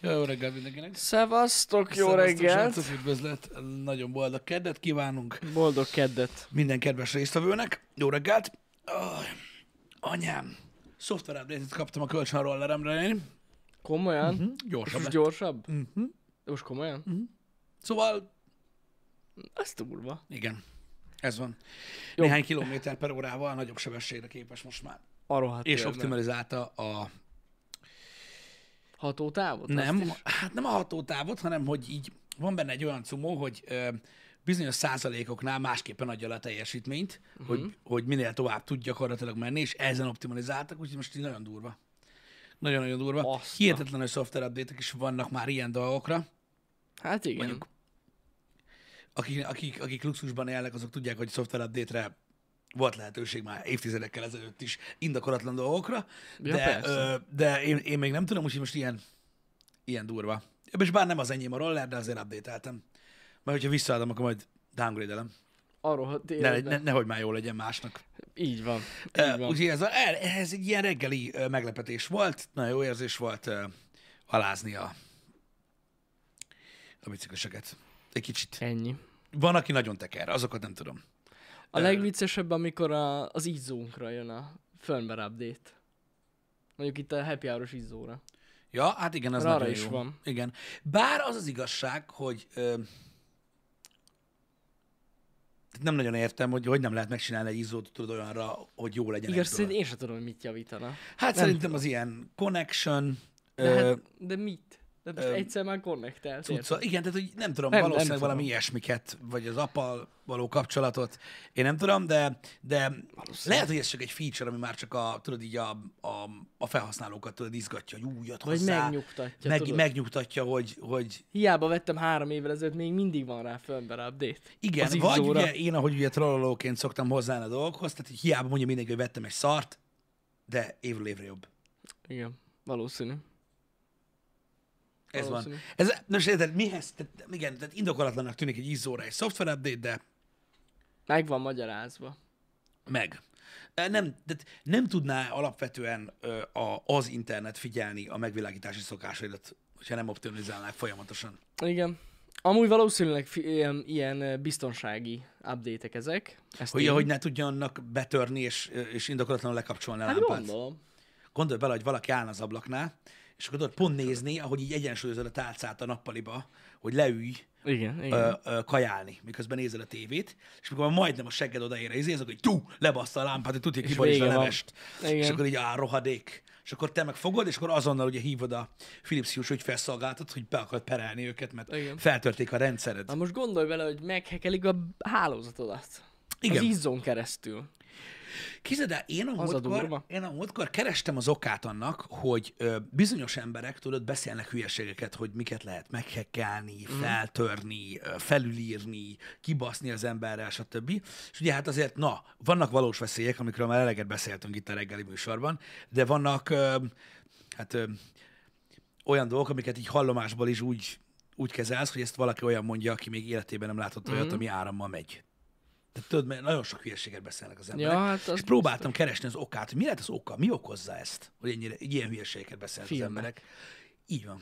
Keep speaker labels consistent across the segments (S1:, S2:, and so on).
S1: Jó reggelt mindenkinek!
S2: Szevasztok, jó
S1: Szevasztok,
S2: reggelt!
S1: srácok, Üdvözlet! Nagyon boldog keddet kívánunk
S2: Boldog keddet!
S1: minden kedves résztvevőnek. Jó reggelt! Oh, anyám! Software update-et kaptam a kölcsön a rolleremre, én.
S2: Komolyan? Mm-hmm.
S1: Gyorsabb
S2: Most
S1: lett.
S2: gyorsabb? Mm-hmm. Most komolyan? Mm.
S1: Szóval,
S2: Ez durva.
S1: igen, ez van.
S2: Jó.
S1: Néhány kilométer per órával nagyobb sebességre képes most már.
S2: Arról hát
S1: És optimalizálta a
S2: Hatótávot?
S1: Nem,
S2: Azt is?
S1: hát nem a hatótávot, hanem hogy így van benne egy olyan cumó, hogy ö, bizonyos százalékoknál másképpen adja le a teljesítményt,
S2: Mhm.
S1: uh-huh. hogy, hogy minél tovább tud gyakorlatilag menni, és ezen optimalizáltak, úgyhogy most így nagyon durva. Nagyon-nagyon durva.
S2: Azt a-
S1: Hihetetlen, hogy software update is vannak már ilyen dolgokra.
S2: Hát igen.
S1: Mondjuk. Akik, akik, akik luxusban élnek, azok tudják, hogy software update-re volt lehetőség már évtizedekkel ezelőtt is indokolatlan dolgokra,
S2: Ja,
S1: de,
S2: persze.
S1: ö, de én, én még nem tudom, úgyhogy most ilyen, ilyen durva. És bár nem az enyém a roller, de azért update-eltem. Majd, hogyha visszaadom, akkor majd downgrade-elem.
S2: Arról hát
S1: Ne,
S2: tényleg.
S1: ne, nehogy már jó legyen másnak.
S2: Így van. Így
S1: Ö,
S2: van.
S1: Úgyhogy ez, a, el- ez egy ilyen reggeli ö, meglepetés volt, nagyon jó érzés volt ö, halázni a, a bicikliseket. Egy kicsit.
S2: Ennyi.
S1: Van, aki nagyon teker, azokat nem tudom.
S2: A legviccesebb, amikor a, az izzónkra jön a firmware update. Mondjuk itt a happy hour izzóra.
S1: Ja, hát igen, az
S2: Mert arra
S1: nagyon
S2: is
S1: jó.
S2: van.
S1: Igen. Bár az az igazság, hogy ö, nem nagyon értem, hogy hogy nem lehet megcsinálni egy izzót tudod olyanra, hogy jó legyen.
S2: Igaz,
S1: egyből.
S2: szerint én sem tudom, hogy mit javítana.
S1: hát szerintem az ilyen connection,
S2: De,
S1: ö,
S2: hát, de mit? De most egyszer már connectelt. érted?
S1: cucca. Igen, tehát hogy nem tudom, nem,
S2: Nem, nem
S1: valószínűleg nem
S2: tudom.
S1: valami ilyesmiket, vagy az apal való kapcsolatot, én nem tudom, de, de lehet, hogy ez csak egy feature, ami már csak a, tudod így a, a, a felhasználókat tudod izgatja, hogy új, jött
S2: Vagy
S1: hozzá.
S2: megnyugtatja,
S1: meg,
S2: tudod.
S1: megnyugtatja, hogy, hogy
S2: Hiába vettem három évvel ezelőtt, még mindig van rá firmware update.
S1: Igen,
S2: az
S1: vagy
S2: izzóra.
S1: ugye én, ahogy ugye trollolóként szoktam hozzáállni a dolgokhoz, tehát így hiába mondja mindenki, hogy vettem egy szart, de évről évre jobb.
S2: Igen, valószínű.
S1: Ez van.
S2: Valószínű.
S1: Ez, nos, érted, mihez? Tehát, igen, tehát indokolatlanak tűnik egy izzóra egy szoftver update, de
S2: Meg van magyarázva.
S1: meg. E, Nem, tehát nem tudná alapvetően ö, a, az internet figyelni a megvilágítási szokásaidat, hogyha nem optimalizálnák folyamatosan.
S2: Igen. Amúgy valószínűleg fi- ilyen, ilyen ö, biztonsági update ezek. Ezt
S1: Hogy,
S2: én-
S1: hogy ne tudjanak betörni és, és indokolatlanul lekapcsolni a
S2: hát
S1: lámpát.
S2: gondolom.
S1: Gondolj bele, hogy valaki állna az ablaknál, és akkor tudod pont nézni, ahogy így egyensúlyozod a tálcát a nappaliba, hogy leülj
S2: Igen, igen.
S1: ö, ö, kajálni, miközben nézel a tévét, és mikor már majdnem a segged odaér a izéhez, akkor így tú, lebassza a lámpát, hogy tudja kiborítsd a
S2: vége van.
S1: levest.
S2: Igen.
S1: És akkor így á, rohadék. És akkor te meg fogod, és akkor azonnal ugye hívod a Philips Hughes ügyfelszolgáltat, hogy be akarod perelni őket, mert
S2: Igen.
S1: feltörték a rendszered.
S2: Na most gondolj bele, hogy meghekelik a hálózatodat.
S1: Igen.
S2: Az izzón keresztül.
S1: Képzeld el, én a,
S2: a
S1: múltkor,
S2: durva.
S1: én a múltkor kerestem az okát annak, hogy ö, bizonyos emberek, tudod, beszélnek hülyeségeket, hogy miket lehet meghekkelni, feltörni, ö, felülírni, kibaszni az emberrel, stb. És ugye hát azért, na, vannak valós veszélyek, amikről már eleget beszéltünk itt a reggeli műsorban, de vannak, ö, hát ö, olyan dolgok, amiket így hallomásból is úgy, úgy kezelsz, hogy ezt valaki olyan mondja, aki még életében nem látott olyat,
S2: Mhm.
S1: ami árammal megy. Tehát tudod, mert nagyon sok hülyeséget beszélnek az emberek.
S2: hát az
S1: és próbáltam keresni az okát, hogy mi lehet az oka, mi okozza ezt, hogy ennyire, ilyen hülyeséget beszélnek
S2: Filmek.
S1: az emberek. Így van.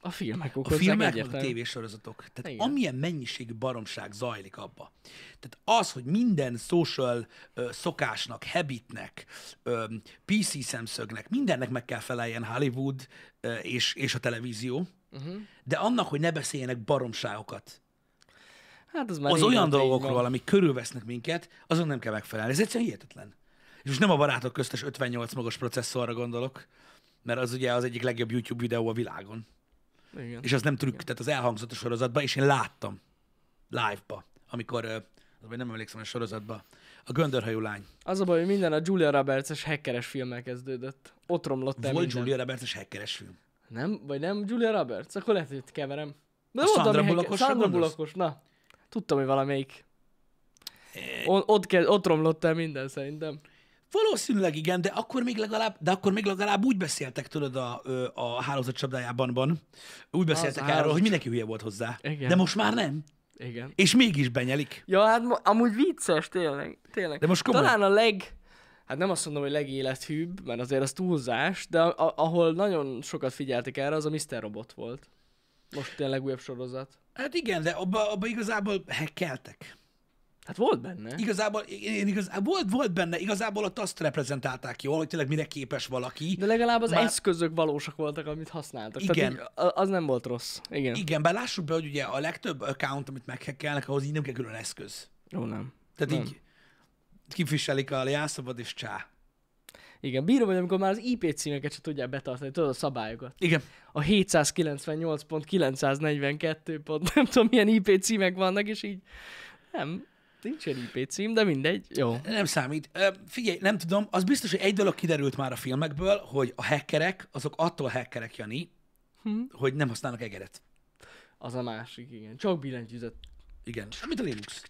S2: A filmek
S1: A
S2: okozzák
S1: filmek, meg a
S2: egyértelműen.
S1: tévésorozatok. Tehát
S2: Igen.
S1: amilyen mennyiségű baromság zajlik abba. Tehát az, hogy minden social ö, szokásnak, habitnek, ö, PC szemszögnek, mindennek meg kell feleljen Hollywood ö, és, és a televízió,
S2: Mhm.
S1: uh-huh. de annak, hogy ne beszéljenek baromságokat,
S2: Hát az már
S1: az
S2: régóta
S1: olyan
S2: így van.
S1: dolgokról, amik körülvesznek minket, azon nem kell megfelelni. Ez egyszerűen hihetetlen. És most nem a barátok köztes 58 magas processzorra gondolok, mert az ugye az egyik legjobb YouTube videó a világon.
S2: Igen.
S1: És az nem trükk, tehát az elhangzott a sorozatban, és én láttam live-ba, amikor, ö, vagy nem emlékszem a sorozatba, a göndörhajú lány.
S2: Az a baj, hogy minden a Julia Roberts-es hackeres filmmel kezdődött. Ott romlott el
S1: Volt
S2: minden.
S1: Julia Roberts és hackeres film.
S2: Nem, vagy nem Julia Roberts? Akkor lehet, hogy itt keverem. De
S1: A
S2: volt,
S1: Sandra
S2: ami heke-
S1: Bullockosra
S2: Sandra
S1: gondolsz?
S2: Bullockos, na. Tudtam, hogy valamelyik. O- ott, ke- ott romlott el minden szerintem.
S1: Valószínűleg igen, de akkor még legalább, de akkor még legalább úgy beszéltek, tudod, a, ö, a hálózat csapdájában, ban. úgy beszéltek
S2: a
S1: erről,
S2: hálózat-
S1: hogy mindenki hülye volt hozzá.
S2: Igen.
S1: De most már nem.
S2: Igen.
S1: És mégis benyelik.
S2: Ja, hát ma- amúgy vicces, tényleg. tényleg.
S1: De most komolyan.
S2: Talán a leg... hát nem azt mondom, hogy legélethűbb, mert azért az túlzás, de a- ahol nagyon sokat figyeltek erre, az a Mr. Robot volt. Most tényleg újabb sorozat.
S1: Hát igen, de abba, abba igazából hekkeltek.
S2: Hát volt benne.
S1: Igazából, én igaz, volt, volt benne, igazából ott azt reprezentálták jól, hogy tényleg mire képes valaki.
S2: De legalább az
S1: Már-
S2: Már... eszközök valósak voltak, amit használtak.
S1: Igen.
S2: Tehát így, a- az nem volt rossz. Igen.
S1: Igen, bár lássuk be, hogy ugye a legtöbb account, amit meghekkelnek, ahhoz így nem kell külön eszköz.
S2: Ó, nem.
S1: Tehát
S2: Nem.
S1: így kifiselik a jelszabad és csá.
S2: Igen, bírom, hogy amikor már az IP címeket se tudják betartani, tudod a szabályokat.
S1: Igen.
S2: A 798.942. Pont, nem tudom, milyen IP címek vannak, és így nem, nincsen IP cím, de mindegy, jó.
S1: Nem számít. Ö, Figyelj, nem tudom, az biztos, hogy egy dolog kiderült már a filmekből, hogy a hackerek, azok attól hackerek, Jani,
S2: Hm.
S1: hogy nem használnak egeret.
S2: Az a másik, igen. Csak billentyűzet.
S1: Igen. Mint a Linux.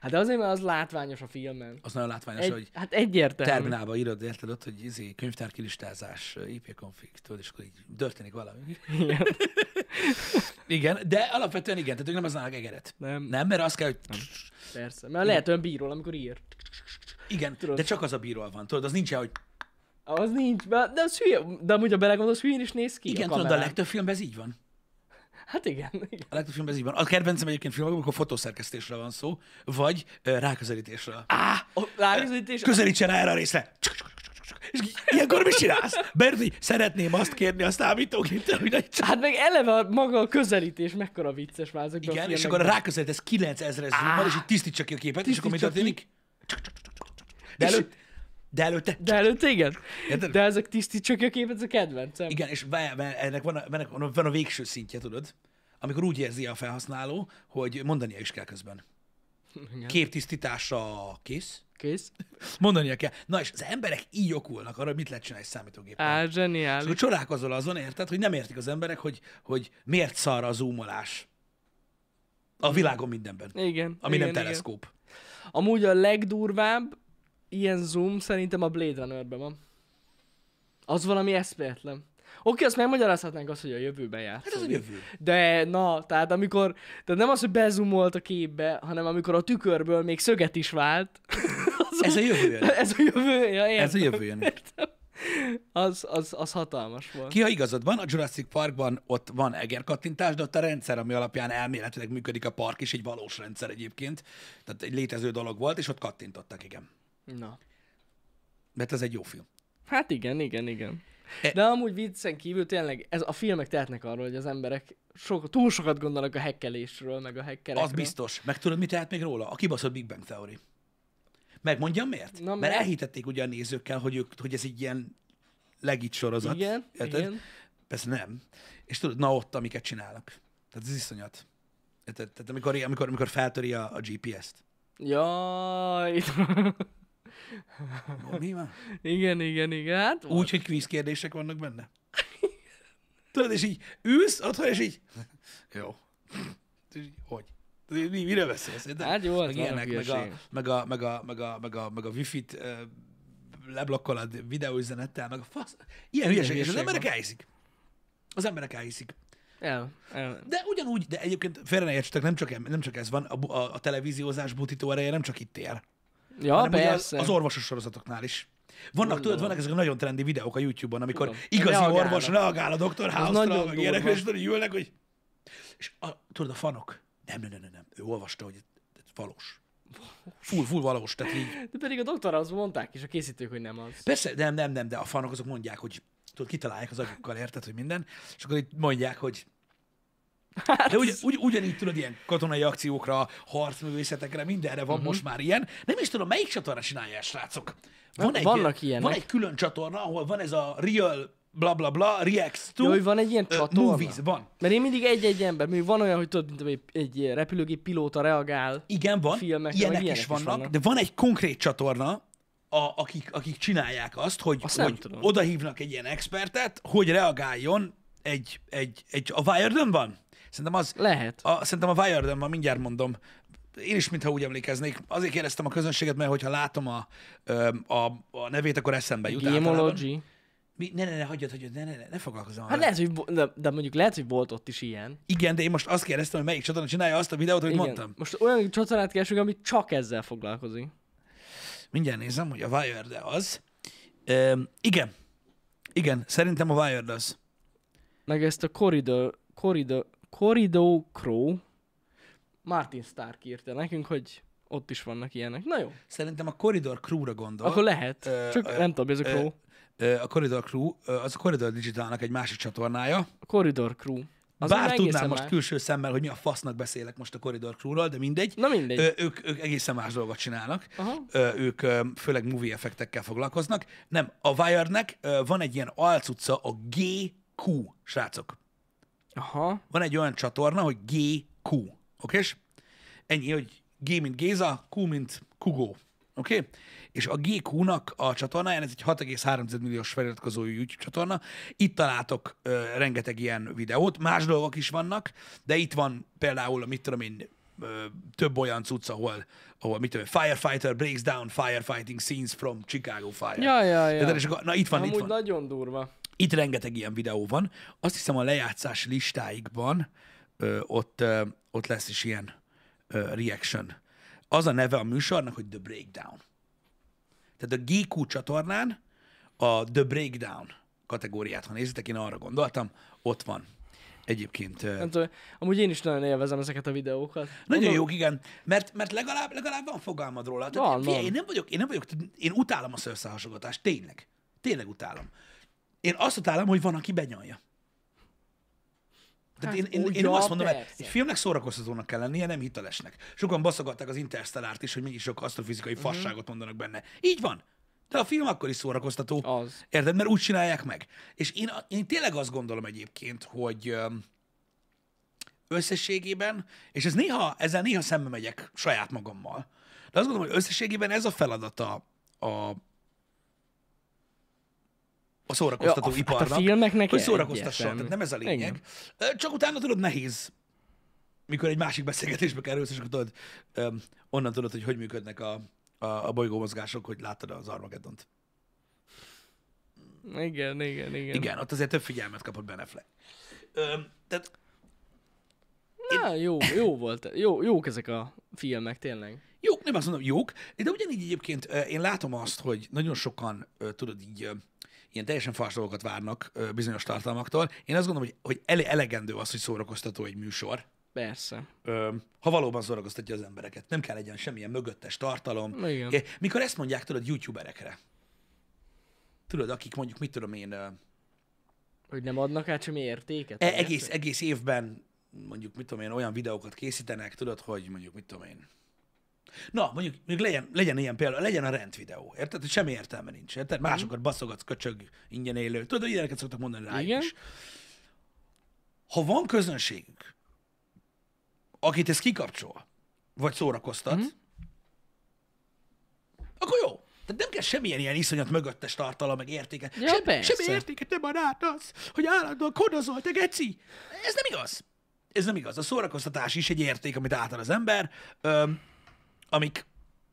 S2: Hát de azért, mert az látványos a filmen.
S1: Az nagyon látványos,
S2: Egy,
S1: hogy
S2: hát egyértelmű.
S1: terminálba írod, érted ott, hogy izé, könyvtárkilistázás, IP konfig, tudod, és akkor így történik valami.
S2: Igen.
S1: Igen, de alapvetően igen, tehát ők nem használnak egeret.
S2: Nem, nem,
S1: Nem, mert az kell, hogy...
S2: persze. Mert lehet olyan bíról, amikor ír.
S1: Igen,
S2: Tudod.
S1: de csak az a bíró van, tudod, az nincsen, hogy...
S2: Az nincs, mert- de az hülye, de amúgy a belegondolsz, hülyén is néz ki
S1: Igen,
S2: a
S1: tudod, de a
S2: kamerán.
S1: legtöbb filmben ez így van.
S2: Hát igen, igen.
S1: A legtöbb filmben ez így van. A kedvencem egyébként filmekben, amikor fotószerkesztésről van szó, vagy ö, ráközelítésről. Á,
S2: A ráközelítés,
S1: közelítsen rá erre a részre! Csuk, csuk, csuk, csuk, csuk. És így, ilyenkor mit csinálsz? Mert hogy szeretném azt kérni a számítógéptől, hogy nagy
S2: hát meg eleve a maga a közelítés, mekkora vicces már ezekben a
S1: Igen, és
S2: filmekben.
S1: akkor ráközelítesz 9000 zoommal, és így tisztítsa ki a képet, és akkor mi
S2: Tisztítsa
S1: történik? Csuk, csuk, csuk, csuk, csuk. De, elő, de előtte...
S2: De előtt igen.
S1: Érted?
S2: De ezek tisztítsuk ki a képet, ez a kedvencem.
S1: Igen, és vá- vá- ennek van a, ennek van a- van a végső szintje, tudod? Amikor úgy érzi a felhasználó, hogy mondania is kell közben.
S2: Igen.
S1: Képtisztítása kész.
S2: Kész.
S1: Mondania kell. Na és az emberek így okulnak arra, hogy mit lehet csinálni egy számítógéppel. És
S2: Á,
S1: akkor
S2: zseniális.
S1: csodálkozol azon, érted, hogy nem értik az emberek, hogy, hogy miért szar a zoomolás. A világon mindenben.
S2: Igen.
S1: Szóval- Ami
S2: igen,
S1: nem
S2: igen.
S1: teleszkóp.
S2: Amúgy a legdurvább ilyen zoom szerintem a Blade Runnerben van. Az valami eszméletlen. Oké, azt megmagyarázhatnánk azt, hogy a jövőben
S1: Hát ez a
S2: játszódik.
S1: jövő.
S2: De na, tehát amikor, tehát nem az, hogy bezumolt a képbe, hanem amikor a tükörből még szöget is vált. Az
S1: Ez a jövő. Jani.
S2: ez a jövő, ja,
S1: Ez a
S2: értem.
S1: jövő. Jani.
S2: Az, az, az hatalmas volt.
S1: Ki, ha igazad van, a Jurassic Parkban ott van egerkattintás, de ott a rendszer, ami alapján elméletileg működik a park is, egy valós rendszer egyébként. Tehát egy létező dolog volt, és ott kattintottak, igen.
S2: Na.
S1: Mert ez egy jó film.
S2: Hát igen, igen, igen.
S1: E-
S2: De amúgy viccen kívül tényleg ez a filmek tehetnek arról, hogy az emberek sok, túl sokat gondolnak a hekkelésről, meg a hekkerekről.
S1: Az biztos. Meg tudod, mit tehet még róla? A kibaszott Big Bang Theory. Megmondjam miért?
S2: Na,
S1: mert... mert
S2: mert-
S1: elhitették ugye a nézőkkel, hogy, ők, hogy ez egy ilyen legit sorozat.
S2: Igen,
S1: érted?
S2: igen.
S1: Persze nem. És tudod, na ott, amiket csinálnak. Tehát ez iszonyat. Érted? Tehát amikor, amikor, amikor feltöri a, a GPS-t.
S2: Jaj.
S1: Mi van?
S2: igen, igen, igen. Hát,
S1: Úgy, hogy kvíz kérdések vannak benne. Tudod, és így ülsz otthon, és így... Jó. És így, hogy? Mi, mi- miről beszélsz? érted?
S2: Hát jó,
S1: meg
S2: az valami
S1: ilyenek, meg a,
S2: hülyeség.
S1: meg a, meg a, meg a, meg a, meg a wifi-t ö, leblokkolod videóüzenettel, meg a fasz. Ilyen hülyeség, és az
S2: hülyeség
S1: emberek
S2: van.
S1: elhiszik. Az emberek elhiszik.
S2: El, el.
S1: De ugyanúgy, de egyébként félre ne értsetek, nem csak, em- nem csak ez van, a, bu- a, a televíziózás butító ereje nem csak itt ér
S2: Ja,
S1: hanem ugye az,
S2: persze.
S1: az orvosos sorozatoknál is. Vannak, tudod, vannak ezek a nagyon trendi videók a YouTube-on, amikor
S2: Tudom.
S1: igazi
S2: Reagálnak.
S1: orvos reagál a Dr. House-ra,
S2: nagyon
S1: meg ilyenek,
S2: durva.
S1: és tudod, így ülnek, hogy... És a, tudod, a fanok, nem, nem, nem, nem, nem. ő olvasta, hogy ez valós. Full, full valós, tehát így.
S2: De pedig a doktor azt mondták is, a készítők, hogy nem az.
S1: Persze, nem, nem, nem, de a fanok azok mondják, hogy tudod, kitalálják az agyukkal, érted, hogy minden, és akkor itt mondják, hogy
S2: Hát.
S1: de ugy, ugy, ugyanígy tudod, ilyen katonai akciókra, harcművészetekre, mindenre
S2: Mhm.
S1: van uh-huh. most már ilyen. Nem is tudom, melyik csatorna csinálja ezt, srácok. Van
S2: Hát
S1: ilyen.
S2: vannak ilyenek.
S1: Van egy külön csatorna, ahol van ez a real bla bla bla, reacts to
S2: Jó, hogy van egy ilyen
S1: ö,
S2: csatorna?
S1: movies, van.
S2: Mert én mindig egy-egy ember, még van olyan, hogy tudod, mint egy, egy repülőgép pilóta reagál.
S1: Igen, van,
S2: Filmek,
S1: ilyenek,
S2: meg
S1: ilyenek is, vannak,
S2: vannak.
S1: de van egy konkrét csatorna, a, akik, akik csinálják azt, hogy,
S2: Azt nem
S1: hogy
S2: tudom.
S1: oda hívnak egy ilyen expertet, hogy reagáljon egy, egy, egy a wired van? Szerintem az,
S2: Lehet.
S1: A, szerintem a wired van, mindjárt mondom. Én is, mintha úgy emlékeznék. Azért kérdeztem a közönséget, mert hogyha látom a, öm, a, a nevét, akkor eszembe jut általában.
S2: Gémology.
S1: Mi, ne, ne, ne, hagyjad, hagyjad, ne, ne, ne, ne foglalkozom.
S2: Hát
S1: vele.
S2: lehet, hogy, bo- de, de, mondjuk lehet, hogy volt ott is ilyen.
S1: Igen, de én most azt kérdeztem, hogy melyik csatorna csinálja azt a videót, amit
S2: Igen.
S1: mondtam.
S2: Most olyan csatornát keresünk, ami csak ezzel foglalkozik.
S1: Mindjárt nézem, hogy a Wired -e az. Öm, igen. Igen, szerintem a Wired az.
S2: Meg ezt a Corridor, Corridor, Corridor Crow Martin Stark írta nekünk, hogy ott is vannak ilyenek. Na jó,
S1: Szerintem a Corridor Crew-ra gondol.
S2: akkor lehet.
S1: Ö,
S2: Csak
S1: ö,
S2: nem tudom, mi ez a
S1: ö,
S2: Crow.
S1: Ö, A Corridor Crew, ö, az a Corridor Digitalnak egy másik csatornája.
S2: A Corridor Crew. Az
S1: Bár
S2: már
S1: tudnám
S2: egészen
S1: most
S2: más.
S1: külső szemmel, hogy mi a fasznak beszélek most a Corridor Crew-ról, de mindegy.
S2: Na mindegy.
S1: Ö, ők, ők egészen más dolgot csinálnak.
S2: Aha.
S1: Ö, ők ö, főleg movie effektekkel foglalkoznak. Nem, a Wirednek ö, van egy ilyen alcuca, a GQ, srácok.
S2: Aha.
S1: Van egy olyan csatorna, hogy GQ, oké? Ennyi, hogy G mint Géza, Q mint Kugó. Oké? Okay? És a GQ-nak a csatornáján, ez egy 6,3 milliós feliratkozói YouTube csatorna, itt találtok ö, rengeteg ilyen videót, más dolgok is vannak, de itt van például, mit tudom én, ö, több olyan cucc, ahol, ahol mit tudom én, firefighter breaks down firefighting scenes from Chicago Fire.
S2: Ja, ja, ja.
S1: Tehát, és akkor, na itt van, itt
S2: Amúgy
S1: van.
S2: nagyon durva.
S1: Itt rengeteg ilyen videó van. Azt hiszem a lejátszás listáikban ö, ott, ö, ott lesz is ilyen ö, reaction. Az a neve a műsornak, hogy The Breakdown. Tehát a GQ csatornán a The Breakdown kategóriát, ha nézitek, én arra gondoltam, ott van. Egyébként ö,
S2: Nem tudom, Hát, amúgy én is nagyon élvezem ezeket a videókat.
S1: nagyon
S2: Mondom,
S1: jók, igen, mert, mert legalább, legalább van fogalmad róla. Tehát,
S2: Van,
S1: figyelj,
S2: van.
S1: Én nem vagyok, én nem vagyok, én utálom a szőrszáhasogatást, tényleg. Tényleg utálom. Én azt utálom, hogy van, aki benyalja. Tehát
S2: Hát,
S1: én, én,
S2: ó,
S1: én
S2: ja,
S1: azt mondom, hogy
S2: persze.
S1: egy filmnek szórakoztatónak kell lennie, nem hitelesnek. Sokan baszogatták az Interstellárt is, hogy mégis sok asztrofizikai
S2: Mhm.
S1: fasságot mondanak benne. Így van. De a film akkor is szórakoztató.
S2: Az.
S1: Érted? Mert úgy csinálják meg. És én, a- én tényleg azt gondolom egyébként, hogy öm, összességében, és ez néha, ezzel néha szembe megyek saját magammal, de azt gondolom, hogy összességében ez a feladata a a szórakoztató
S2: Ja, a- hát a
S1: iparnak,
S2: filmeknek
S1: hogy
S2: egyértelmű.
S1: szórakoztasson, tehát nem ez a lényeg.
S2: Igen.
S1: Ö, Csak utána tudod, nehéz, mikor egy másik beszélgetésbe kerülsz, és akkor tudod, öm, onnan tudod, hogy hogy működnek a, a, a bolygómozgások, hogy láttad az Armageddont.
S2: Igen, igen, igen.
S1: Igen, ott azért több figyelmet kapott Ben Affleck. Öm, tehát
S2: Na, jó, jó volt. Jó, jók ezek a filmek, tényleg.
S1: jók, nem azt mondom, jók, de ugyanígy egyébként ö, én látom azt, hogy nagyon sokan, ö, tudod, így ö, ilyen teljesen fals dolgokat várnak ö, bizonyos tartalmaktól. Én azt gondolom, hogy, hogy ele- elegendő az, hogy szórakoztató egy műsor.
S2: Persze.
S1: Ö, ha valóban szórakoztatja az embereket. Nem kell legyen semmilyen mögöttes tartalom.
S2: Igen.
S1: É, Mikor ezt mondják, tudod, youtuberekre. Tudod, akik mondjuk, mit tudom én, ö,
S2: Hogy nem adnak át semmi értéket?
S1: E-
S2: vagy
S1: egész,
S2: ilyesmi?
S1: egész évben mondjuk, mit tudom én, olyan videókat készítenek, tudod, hogy mondjuk, mit tudom én. Na, mondjuk, mondjuk legyen, legyen ilyen példa, legyen a rend videó, érted? Hogy semmi értelme nincs, érted? Másokat baszogatsz, köcsög, ingyen élő. Tudod, hogy ilyeneket szoktak mondani rájuk
S2: Igen.
S1: is. Ha van közönségük, akit ez kikapcsol, vagy szórakoztat,
S2: Mhm.
S1: akkor jó. Tehát nem kell semmilyen ilyen iszonyat mögöttes tartalom, meg értéke.
S2: Ja,
S1: Sem-
S2: persze.
S1: semmi értéket nem ad át az, hogy állandóan kodozol, te geci. Ez nem igaz. Ez nem igaz. A szórakoztatás is egy érték, amit átad az ember, öm, amik,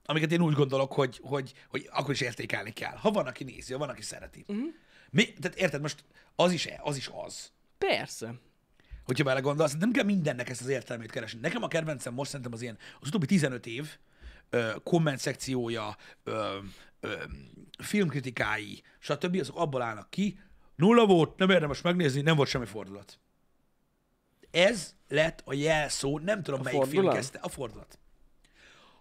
S1: amiket én úgy gondolok, hogy, hogy, hogy akkor is értékelni kell. Ha van, aki nézi, ha van, aki szereti.
S2: Mhm.
S1: Mi, tehát érted, most az is e, az, is az
S2: Persze.
S1: hogyha belegondolsz, nem kell mindennek ezt az értelmét keresni. Nekem a kedvencem most szerintem az ilyen, az utóbbi 15 év ö, komment szekciója, ö, ö, filmkritikái, stb. azok abból állnak ki, nulla volt, nem érdemes megnézni, nem volt semmi fordulat. Ez lett a jelszó, nem tudom a melyik film
S2: fordulat?
S1: kezdte, a fordulat.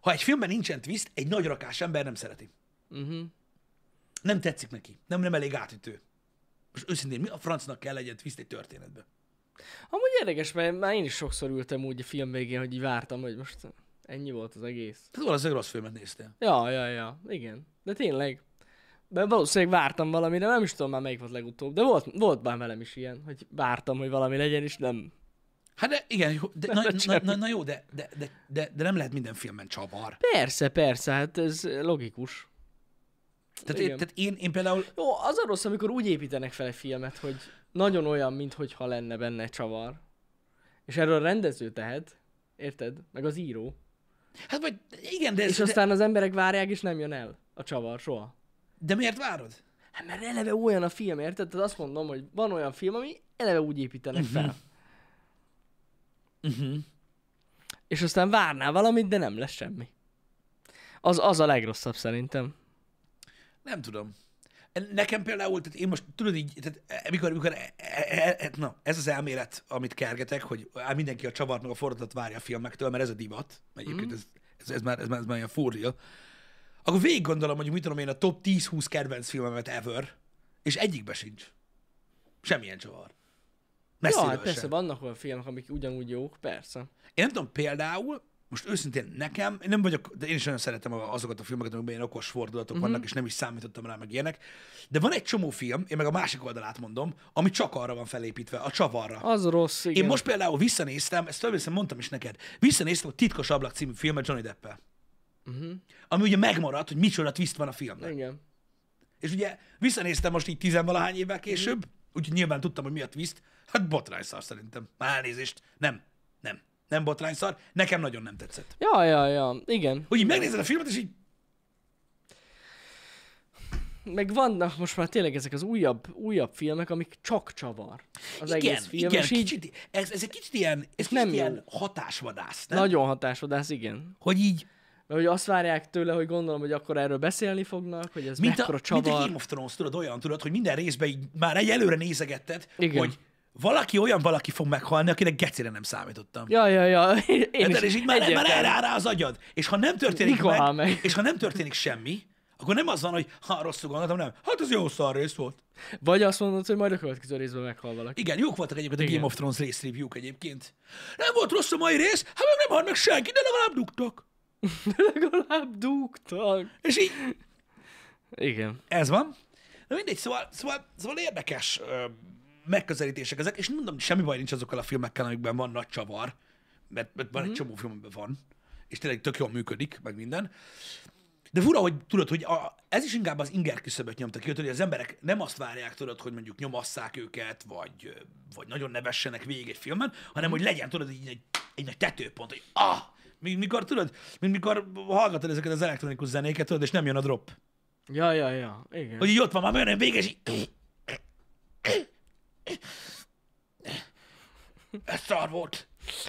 S1: Ha egy filmben nincsen twist, egy nagy rakás ember nem szereti.
S2: Uh-huh.
S1: Nem tetszik neki, nem, nem elég átütő. Most őszintén, mi a francnak kell legyen twist egy történetben?
S2: Amúgy érdekes, mert már én is sokszor ültem úgy a film végén, hogy így vártam, hogy most ennyi volt az egész.
S1: Tehát valószínűleg rossz filmet néztél.
S2: Ja, ja, ja, igen. De tényleg. Mert valószínűleg vártam valamire, nem is tudom már melyik volt legutóbb, de volt, volt már velem is ilyen, hogy vártam, hogy valami legyen, és nem.
S1: Hát de igen, jó, de, na, na,
S2: semmi.
S1: na, na jó, de, de, de, de, de nem lehet minden filmben csavar.
S2: Persze, persze, hát ez logikus.
S1: Tehát, én,
S2: Igen.
S1: tehát én, én például,
S2: Jó, az a rossz, amikor úgy építenek fel egy filmet, hogy nagyon olyan, mintha lenne benne csavar. És erről a rendező tehet, érted? Meg az író.
S1: hát vagy igen, de,
S2: És
S1: ez, de,
S2: aztán az emberek várják, és nem jön el a csavar soha.
S1: de miért várod?
S2: Hát mert eleve olyan a film, érted? Tehát azt mondom, hogy van olyan film, ami eleve úgy építenek
S1: Mhm.
S2: fel. Uh-huh. És aztán várnál valamit, de nem lesz semmi. Az, az a legrosszabb szerintem.
S1: Nem tudom. Nekem például, tehát én most tudod így, tehát e, mikor, mikor e, e, e, na, ez az elmélet, amit kergetek, hogy á, mindenki a csavart meg a fordatot várja a filmektől, mert ez a divat, egyébként ez, ez, ez, már, ez, már, ez már ilyen fúria, akkor végig gondolom, hogy mit tudom én, a top 10-20 kedvenc filmemet ever, és egyikbe sincs. Semmilyen csavar.
S2: Ja,
S1: Messziről
S2: hát persze,
S1: sem.
S2: vannak olyan filmek, amik ugyanúgy jók, persze.
S1: Én nem tudom, például, most őszintén nekem, én nem vagyok, de én is nagyon szeretem a- azokat a filmeket, amiben ilyen okos fordulatok uh-huh. vannak, és nem is számítottam rá, meg ilyenek. De van egy csomó film, én meg a másik oldalát mondom, ami csak arra van felépítve, a csavarra.
S2: Az rossz, igen.
S1: Én most például visszanéztem, ezt többször mondtam is neked, visszanéztem a Titkos ablak című filmet Johnny Deppel. Uh-huh. Ami ugye megmaradt, hogy micsoda twist van a filmben.
S2: Igen.
S1: És ugye visszanéztem most így tizenvalahány évvel később,
S2: Mhm.
S1: úgyhogy nyilván tudtam, hogy mi a twist. Hát botrányszar szerintem. Már elnézést. Nem. Nem. Nem botrányszar. Nekem nagyon nem tetszett.
S2: Ja, ja, ja, igen.
S1: Hogy így megnézed a filmet, és így
S2: Meg vannak most már tényleg ezek az újabb, újabb filmek, amik csak csavar.
S1: igen,
S2: Az egész film,
S1: igen,
S2: és így
S1: kicsit, ez, ez egy kicsit ilyen, ez kicsit
S2: nem jó.
S1: ilyen hatásvadász, nem?
S2: nagyon hatásvadász, igen.
S1: Hogy így,
S2: Mert hogy azt várják tőle, hogy gondolom, hogy akkor erről beszélni fognak, hogy ez
S1: mint a,
S2: mekkora
S1: mint a
S2: csavar.
S1: Game of Thrones, tudod, olyan tudod, hogy minden részben így már egy előre nézegetted,
S2: Igen.
S1: hogy valaki olyan valaki fog meghalni, akinek gecére nem számítottam.
S2: Ja, ja, ja, én
S1: Érted?
S2: is,
S1: Hát És így már, már
S2: egyértelmű.
S1: elrá rá az agyad. És ha nem történik
S2: Mikor
S1: meg,
S2: áll meg?
S1: és ha nem történik semmi, akkor nem az van, hogy ha rosszul gondoltam, nem. Hát az jó szar rész volt.
S2: Vagy azt mondod, hogy majd a következő részben meghal valaki.
S1: Igen, jók voltak egyébként a
S2: Igen.
S1: Game of Thrones rész review egyébként. Nem volt rossz a mai rész, hát meg nem halt meg senki, de legalább dugtak.
S2: Legalább dugtak.
S1: És így,
S2: Igen.
S1: ez van. Na mindegy, szóval, szóval, szóval érdekes ö, megközelítések ezek, és mondom, semmi baj nincs azokkal a filmekkel, amikben van nagy csavar, mert, mert van egy csomó film, amiben van, és tényleg tök jól működik, meg minden. De fura, hogy tudod, hogy a, ez is inkább az inger küszöböt nyomta ki, tudod, hogy az emberek nem azt várják, tudod, hogy mondjuk nyomasszák őket, vagy, ö, vagy nagyon nevessenek végig egy filmen, hanem hogy legyen, tudod, így egy, egy nagy tetőpont, hogy ah! Mi- Mikor, tudod, mint mikor hallgatod ezeket az elektronikus zenéket, tudod, és nem jön a drop.
S2: Ja, ja, ja, igen.
S1: Hogy így ott van, már majdnem véges, így... Ez szar volt.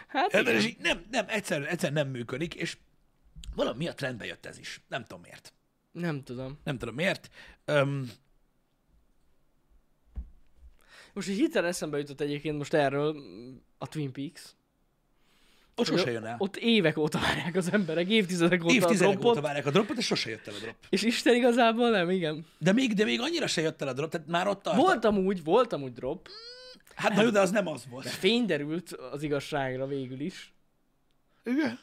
S2: Hát
S1: Érted?
S2: igen.
S1: És így nem, nem, egyszerűen, egyszerűen nem működik, és valami miatt rendbe jött ez is. Nem tudom miért.
S2: Nem tudom.
S1: Nem tudom miért. Öm,
S2: Most így hirtelen eszembe jutott egyébként most erről mm, a Twin Peaks.
S1: ott sose
S2: Hogy
S1: jön el.
S2: Ott évek óta várják az emberek, évtizedek óta a
S1: Évtizedek
S2: dropot,
S1: óta várják a dropot, és sose jött el a drop.
S2: és Isten igazából nem, igen.
S1: De még, de még annyira se jött el a drop, tehát már ott tart.
S2: Voltam úgy, voltam úgy drop,
S1: Hát na jó, de az nem az volt.
S2: fény derült az igazságra végül is.
S1: Igen.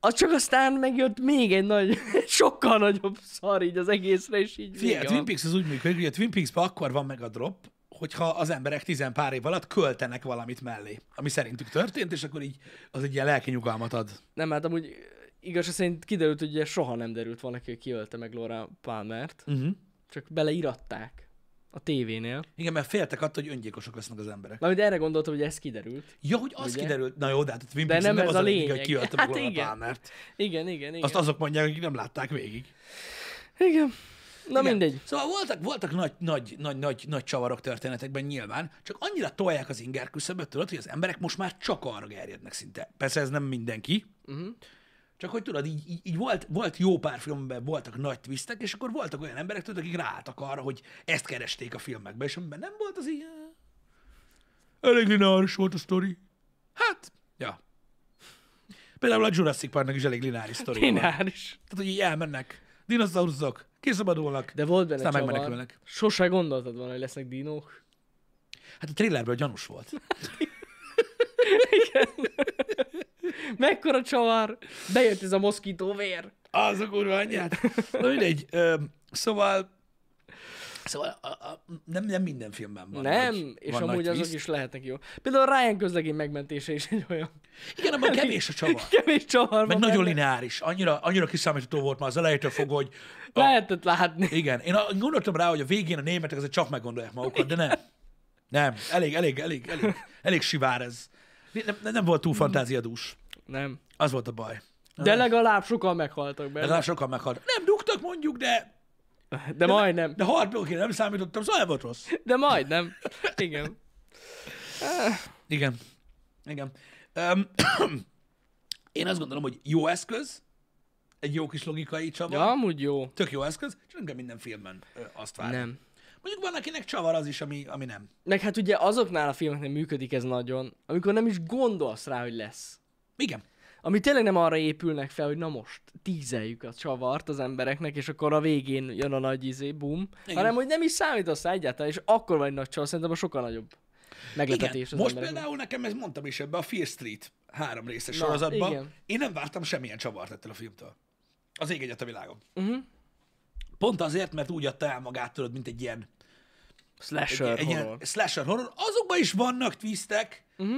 S2: Az csak aztán megjött még egy nagy, sokkal nagyobb szar így az egészre, és így
S1: Figyelj, a
S2: vége
S1: Twin
S2: van.
S1: Peaks az úgy működik, hogy a Twin Peaks-ben akkor van meg a drop, hogyha az emberek tizen pár év alatt költenek valamit mellé, ami szerintük történt, és akkor így az egy ilyen lelki nyugalmat ad.
S2: Nem, hát amúgy igaz, szerint kiderült, hogy ugye soha nem derült van, aki kiölte meg Laura Palmert,
S1: Uh-huh.
S2: csak beleiratták a tévénél.
S1: Igen, mert féltek attól, hogy öngyilkosok lesznek az emberek.
S2: Mármint erre gondoltam, hogy ez kiderült.
S1: Ja, hogy az
S2: Ugye?
S1: Ugye? kiderült. Na jó, de hát a Twin
S2: De
S1: Peaks nem,
S2: nem
S1: nem
S2: ez
S1: az a
S2: a
S1: lényeg, hogy
S2: lényeg.
S1: kiöltem
S2: Hát
S1: hát a
S2: igen.
S1: Palmert.
S2: Igen, igen, igen.
S1: Azt azok mondják, akik nem látták végig.
S2: Igen. Na
S1: Igen.
S2: mindegy.
S1: Szóval voltak, voltak nagy, nagy, nagy, nagy, nagy csavarok történetekben nyilván, csak annyira tolják az inger küszöböt, tudod, hogy az emberek most már csak arra gerjednek szinte. Persze ez nem mindenki,
S2: Uh-huh.
S1: Csak hogy tudod, így, így, így volt, volt jó pár filmben voltak nagy twistek, és akkor voltak olyan emberek, tudod, akik ráálltak arra, hogy ezt keresték a filmekben, és amiben nem volt, az így... eh, Elég lineáris volt a sztori. Hát, ja. Például a Jurassic Parknak is elég lineáris sztori volt. Tehát,
S2: Hát Lineáris.
S1: hogy így elmennek, dinoszauruszok, kiszabadulnak,
S2: De volt benne
S1: aztán
S2: csavar.
S1: megmenekülnek.
S2: Sose gondoltad volna, hogy lesznek dinók.
S1: Hát a trailerből gyanús volt.
S2: Mekkora csavar! Bejött ez a moszkító vér.
S1: Az a kurva anyját. Na mindegy. Ö, szóval, szóval a, a, nem, nem minden filmben van.
S2: Nem,
S1: nagy-
S2: és
S1: van nagy
S2: amúgy azok
S1: twist.
S2: is lehetnek jó. Például a Ryan közlegény megmentése is egy olyan
S1: Igen, abban kevés a csavar.
S2: kevés csavar.
S1: Meg
S2: van
S1: nagyon
S2: benne.
S1: lineáris. Annyira, annyira kiszámítható volt már az elejétől fogva, hogy a,
S2: Lehetett látni.
S1: igen. Én a- gondoltam rá, hogy a végén a németek azért csak meggondolják magukat, de nem. Nem, elég, elég, elég, elég, elég sivár ez. Nem, nem- nem volt túl fantáziadús.
S2: Nem.
S1: Az volt a baj.
S2: De legalább sokan meghaltak benne.
S1: Legalább sokan meghalt. Nem dugtak mondjuk, de,
S2: De majdnem.
S1: de harmadokére nem számítottam, szóval nem volt rossz.
S2: De majdnem. Igen.
S1: Igen. Igen. Um, én azt gondolom, hogy jó eszköz, Egy jó kis logikai csavar.
S2: Ja, amúgy jó.
S1: Tök jó eszköz, csak nem kell minden filmben ö, azt várni.
S2: Nem.
S1: Mondjuk van, akinek csavar az is, ami, ami nem.
S2: Meg hát ugye azoknál a filmeknél működik ez nagyon, amikor nem is gondolsz rá, hogy lesz.
S1: Igen.
S2: Ami tényleg nem arra épülnek fel, hogy na most tízeljük a csavart az embereknek, és akkor a végén jön a nagy izé, bum,
S1: Igen.
S2: hanem hogy nem is számítasz rá egyáltalán, és akkor van egy nagy csavar, szerintem a sokkal nagyobb meglepetés
S1: Igen.
S2: az
S1: Most
S2: embereknek.
S1: például nekem, ezt mondtam is ebbe a Fear Street három részes
S2: Na,
S1: sorozatban,
S2: igen.
S1: én nem vártam semmilyen csavart ettől a filmtől. Az ég egyet a világon.
S2: Mhm.
S1: Pont azért, mert úgy adta el magát, tudod, mint egy ilyen
S2: Slasher
S1: egy
S2: horror. Mhm.
S1: ilyen slasher horror. Azokban is vannak twistek, uh-huh.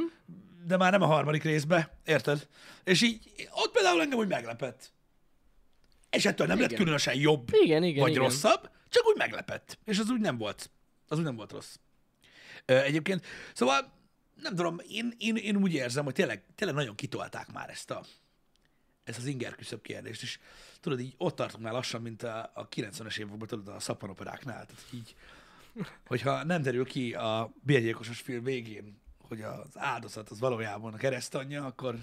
S1: de már nem a harmadik részbe, érted? És így ott például engem úgy meglepett. És ettől nem lett
S2: Igen.
S1: különösen jobb,
S2: Igen, igen,
S1: vagy
S2: igen.
S1: rosszabb, csak úgy meglepett. És az úgy nem volt. Az úgy nem volt rossz. Ö, egyébként, szóval nem tudom, én, én, én úgy érzem, hogy tényleg, tényleg nagyon kitolták már ezt a ez az inger küszöbb kérdést, és tudod, így ott tartunk már lassan, mint a, a 90-es években, tudod, a szappanoperáknál, tehát így hogyha nem derül ki a bérgyilkosos film végén, hogy az áldozat az valójában a keresztanyja, akkor,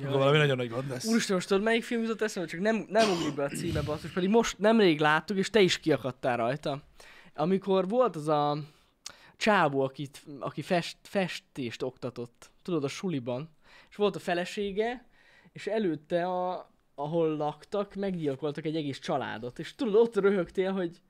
S1: ja, akkor valami nagyon nagy gond lesz.
S2: Úristen, most tudod, melyik film jutott eszembe, csak nem, nem ugrik be a címe, basszus, pedig most nemrég láttuk, és te is kiakadtál rajta. Amikor volt az a csávó, akit, aki fest, festést oktatott, tudod, a suliban, és volt a felesége, és előtte, a, ahol laktak, meggyilkoltak egy egész családot, és tudod, ott röhögtél, hogy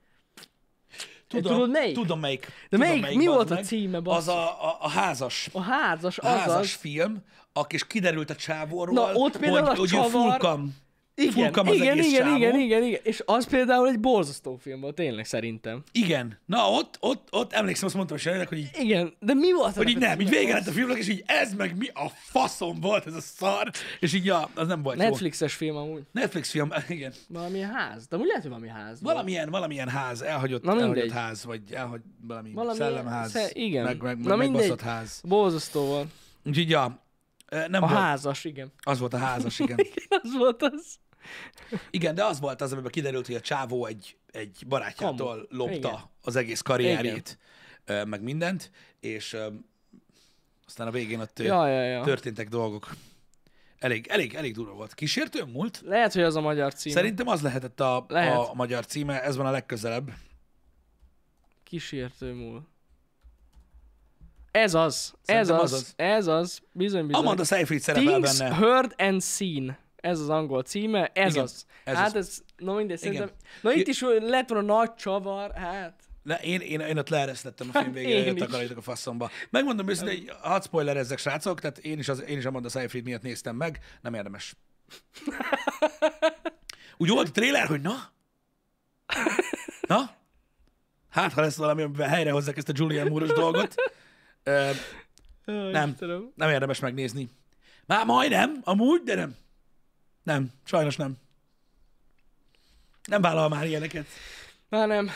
S1: tudom,
S2: tudod, melyik?
S1: Tudom melyik.
S2: De
S1: tudom,
S2: melyik- mi
S1: bazd
S2: volt a
S1: meg.
S2: címe,
S1: Az
S2: basszus?
S1: a, a, a házas,
S2: a házas,
S1: a házas
S2: azaz,
S1: film, aki is kiderült a csávóról,
S2: Na, ott például
S1: hogy,
S2: a
S1: hogy ő
S2: csavar-
S1: fulkam.
S2: igen,
S1: fulkam az
S2: igen,
S1: egész
S2: igen,
S1: csávó.
S2: igen, igen, igen, és az például egy borzasztó film volt, tényleg szerintem.
S1: Igen. Na, ott, ott, ott emlékszem, azt mondtam is jelenleg, hogy így,
S2: Igen, de mi volt?
S1: hogy így nem, így vége lett a filmnek, és így ez meg mi a faszom volt ez a szar, és így ja, az nem volt jó.
S2: Netflixes film amúgy.
S1: Netflix film, igen.
S2: Valami ház. De úgy lehet, hogy valami ház. volt.
S1: Valamilyen, valamilyen ház, elhagyott,
S2: Na mindegy.
S1: elhagyott ház, vagy elhagy valami,
S2: Valami-
S1: valami szellemház,
S2: sze- igen.
S1: meg, meg,
S2: Na
S1: meg megbaszott
S2: mindegy.
S1: ház.
S2: Borzasztó volt.
S1: Úgyhogy ja, nem
S2: A
S1: volt,
S2: házas, igen.
S1: az volt a házas, igen.
S2: Az volt az.
S1: igen, de az volt az, amiben kiderült, hogy a csávó egy, egy barátjától
S2: Kamu.
S1: lopta
S2: Igen.
S1: az egész karrierjét, ö, meg mindent, és ö, aztán a végén ott ö,
S2: Ja, ja, ja.
S1: történtek dolgok. Elég, elég, elég durva volt. Kísértő múlt?
S2: Lehet, hogy az a magyar cím. Szerint...
S1: Szerintem az lehetett a,
S2: Lehet.
S1: a magyar címe, ez van a legközelebb.
S2: Kísértő múl. Ez az. Ez
S1: Szerintem
S2: az.
S1: az az.
S2: Ez az. Bizony, bizony.
S1: Amanda Seyfried szerepel
S2: Things
S1: benne.
S2: Heard and Seen. Ez az angol címe. Ez
S1: Igen,
S2: az.
S1: ez
S2: hát
S1: az.
S2: ez, na mindegy,
S1: Igen.
S2: szerintem. Na itt is lett volna nagy csavar, hát.
S1: Le, én, én, én ott leeresztettem a film végére,
S2: Én
S1: én
S2: is.
S1: takarítok a faszomba. Megmondom őszintén, hogy hadd spoilerezzek, srácok, tehát én is, az, én is Amanda Seyfried miatt néztem meg, nem érdemes. Úgy volt a tréler, hogy na? Na? Hát, ha lesz valami, amivel helyrehozzák ezt a Julian Moore-os dolgot. Ö,
S2: Jaj,
S1: Nem.
S2: Istenem.
S1: nem érdemes megnézni. Már majdnem, amúgy, de nem. Nem, sajnos nem. Nem vállal már ilyeneket.
S2: Már nem.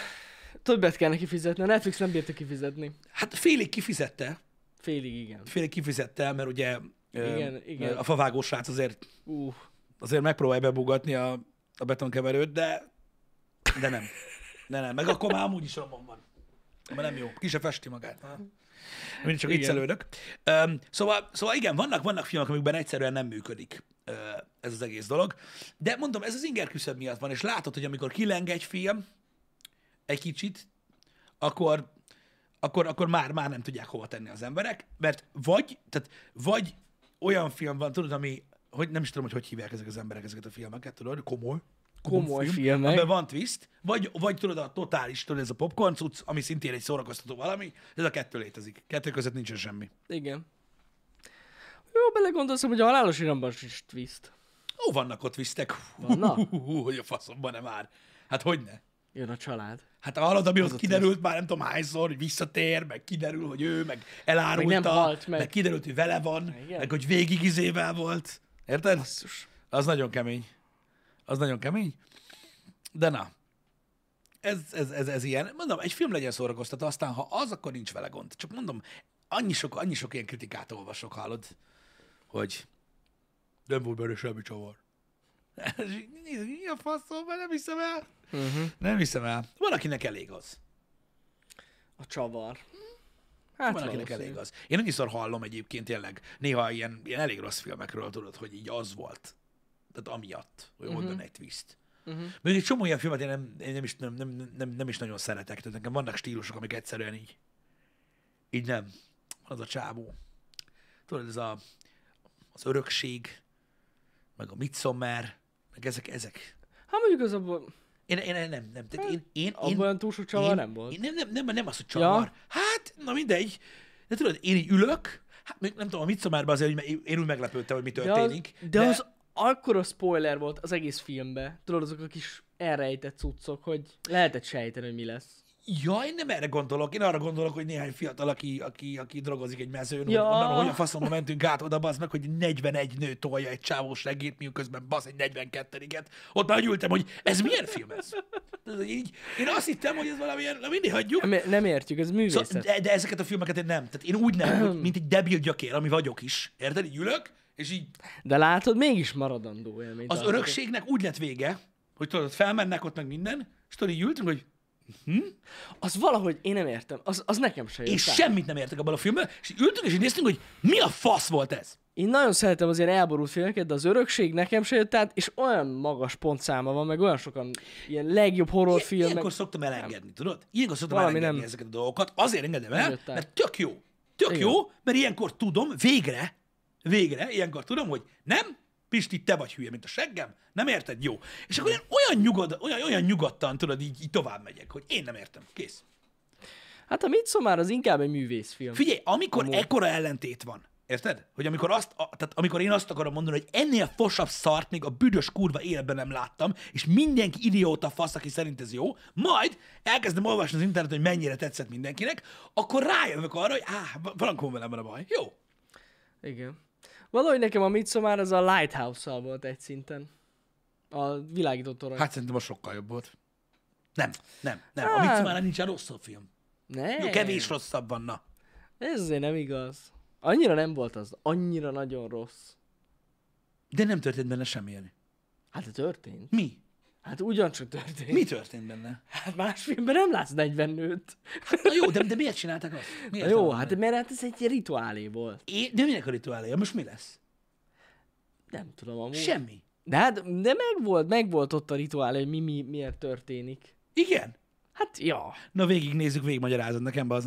S2: Többet kell neki fizetni. A Netflix nem bírta kifizetni.
S1: Hát félig kifizette,
S2: Félig igen.
S1: félig kifizette, mert ugye ö,
S2: Igen, igen.
S1: a favágó srác azért,
S2: Uh,
S1: azért megpróbálja bebugatni a, a betonkeverőt, de, de nem. De nem. Meg akkor már amúgy is romban van. Mert nem jó. Ki se festi magát. Na. Mindig csak
S2: Igen.
S1: viccelődök. Öm, szóval, szóval igen, vannak, vannak filmek, amikben egyszerűen nem működik ö, ez az egész dolog. De mondom, ez az inger küszöb miatt van, és látod, hogy amikor kileng egy film egy kicsit, akkor, akkor, akkor már, már nem tudják hova tenni az emberek, mert vagy, tehát vagy olyan film van, tudod, ami, hogy nem is tudom, hogy hogy hívják ezek az emberek ezeket a filmeket, tudod, komoly.
S2: Komoly filmek.
S1: Amiben van twist, vagy, vagy tudod, a totális, tudod, ez a popcorn cucc, ami szintén egy szórakoztató valami, ez a kettő létezik. Kettő között nincsen semmi.
S2: igen. Jó, belegondolsz, hogy a halálos iramban sincs twist.
S1: Ó, vannak ott twistek.
S2: Vannak?
S1: Hú, hogy a faszomban nem már. Hát hogy ne?
S2: Jön a család.
S1: Hát hallod, ami ott kiderült már nem tudom hányszor, hogy visszatér, meg kiderül, hogy ő, meg elárulta,
S2: Meg nem halt meg.
S1: meg kiderült, hogy vele van,
S2: Igen.
S1: Igen. meg hogy végig izével volt. Érted?
S2: Basszus.
S1: Az nagyon kemény. Az nagyon kemény. De na, ez, ez, ez, ez ilyen. Mondom, egy film legyen szórakoztató, aztán ha az, akkor nincs vele gond. Csak mondom, annyi sok, annyi sok ilyen kritikát olvasok, hallod, hogy nem volt benne semmi csavar. És így nézem, Mi a faszom, Már nem hiszem el. Uh-huh. Nem hiszem el. Van, akinek elég az.
S2: A csavar. Hát
S1: Van, akinek
S2: valószínű.
S1: elég az. Én annyiszor hallom egyébként tényleg, néha ilyen, ilyen elég rossz filmekről tudod, hogy így az volt Tehát amiatt, hogy uh-huh. mondaná egy twist. Uh-huh. Még egy csomó ilyen filmet én nem, én nem, is, nem, nem, nem, nem is nagyon szeretek. Tehát nekem vannak stílusok, amik egyszerűen így, így nem. Az a csávó. Tudod, ez a, az örökség, meg a Midsommar, meg ezek, ezek.
S2: Hát mondjuk az abban,
S1: Én, én, én nem, nem. Tehát én, én,
S2: Hát, abban
S1: én,
S2: olyan túl sok csavar
S1: én,
S2: nem volt.
S1: Én nem, nem, nem, nem az, hogy csavar. Ja.
S2: Ja.
S1: Hát, na mindegy. De tudod, én így ülök, hát még nem tudom, a Mitzomárban azért, hogy me- én úgy meglepődtem, hogy mi
S2: de, az,
S1: történik.
S2: de, de az akkora spoiler volt az egész filmbe. Tudod, azok a kis elrejtett cuccok, hogy lehetett sejteni, hogy mi lesz.
S1: Ja, én nem erre gondolok. Én arra gondolok, hogy néhány fiatal, aki, aki, aki drogozik egy mezőn, ja.
S2: Ja.
S1: onnan, hogy a faszomba mentünk át oda, bazd meg, hogy 41 nő tolja egy csávós regét, miközben basz egy 42-et. Ott már ültem, hogy ez milyen film ez? Ez Így, én azt hittem, hogy ez valamilyen, na mindig hagyjuk.
S2: Nem, nem értjük, ez művészet.
S1: Szóval, de, de, ezeket a filmeket én nem. Tehát én úgy nem, hogy mint egy debil gyakér, ami vagyok is. Érted? Így ülök, és így
S2: De látod, mégis maradandó élmény.
S1: az
S2: tartozik.
S1: örökségnek úgy lett vége, hogy tudod, ott felmennek ott meg minden, és tudod, így ültünk, hogy
S2: Az valahogy, én nem értem. Az, az nekem se jött
S1: és
S2: át.
S1: semmit nem értek abban a filmben, és így ültünk, és így néztünk, hogy mi a fasz volt ez.
S2: Én nagyon szeretem az ilyen elborult filmeket, de az örökség nekem se jött át, és olyan magas pontszáma van, meg olyan sokan ilyen legjobb
S1: Ilyen,
S2: horrorfilmek.
S1: ilyenkor szoktam elengedni, tudod? Ilyenkor szoktam
S2: Valami
S1: elengedni
S2: nem-
S1: ezeket a dolgokat. Azért engedem el,
S2: jött át.
S1: mert tök jó. Tök
S2: Igen.
S1: jó, mert ilyenkor tudom, végre, végre, ilyenkor tudom, hogy nem, Pisti, te vagy hülye, mint a seggem, nem érted, jó. És akkor én olyan, nyugod, olyan, olyan nyugodtan, tudod, így, így tovább megyek, hogy én nem értem, kész.
S2: Hát a Midsommar az inkább egy művészfilm.
S1: Figyelj, amikor
S2: Amúgy.
S1: ekkora ellentét van, érted? Hogy amikor, azt, a, tehát amikor én azt akarom mondani, hogy ennél fosabb szart még a büdös kurva életben nem láttam, és mindenki idióta fasz, aki szerint ez jó, majd elkezdem olvasni az interneten, hogy mennyire tetszett mindenkinek, akkor rájövök arra, hogy áh, Frankon velem van a baj. Jó.
S2: Igen. Valahogy nekem a Midsommar az a Lighthouse-szal volt egy szinten. A világító torony. Hát,
S1: Hát szerintem a sokkal jobb volt. Nem, nem, nem. A
S2: Hát.
S1: Mitzumánál nincsen rosszabb film.
S2: ne,
S1: Jó, kevés rosszabb van, na.
S2: Ez azért nem igaz. Annyira nem volt az, annyira nagyon rossz.
S1: De nem történt benne semmilyen.
S2: Hát de történt.
S1: Mi?
S2: Hát ugyancsak történt.
S1: Mi történt benne?
S2: Hát más filmben nem látsz 40 nőt.
S1: Na jó, de, de miért csinálták azt? Miért
S2: Na jó,
S1: csinálták?
S2: hát mert hát ez egy rituálé volt.
S1: É, de minek a rituáléja? Most mi lesz?
S2: Nem tudom amúgy.
S1: Semmi.
S2: De hát, de meg volt, meg volt ott a rituálé, hogy mi, mi, miért történik.
S1: Igen.
S2: Hát, ja.
S1: Na végignézzük, végigmagyarázod nekem, bazd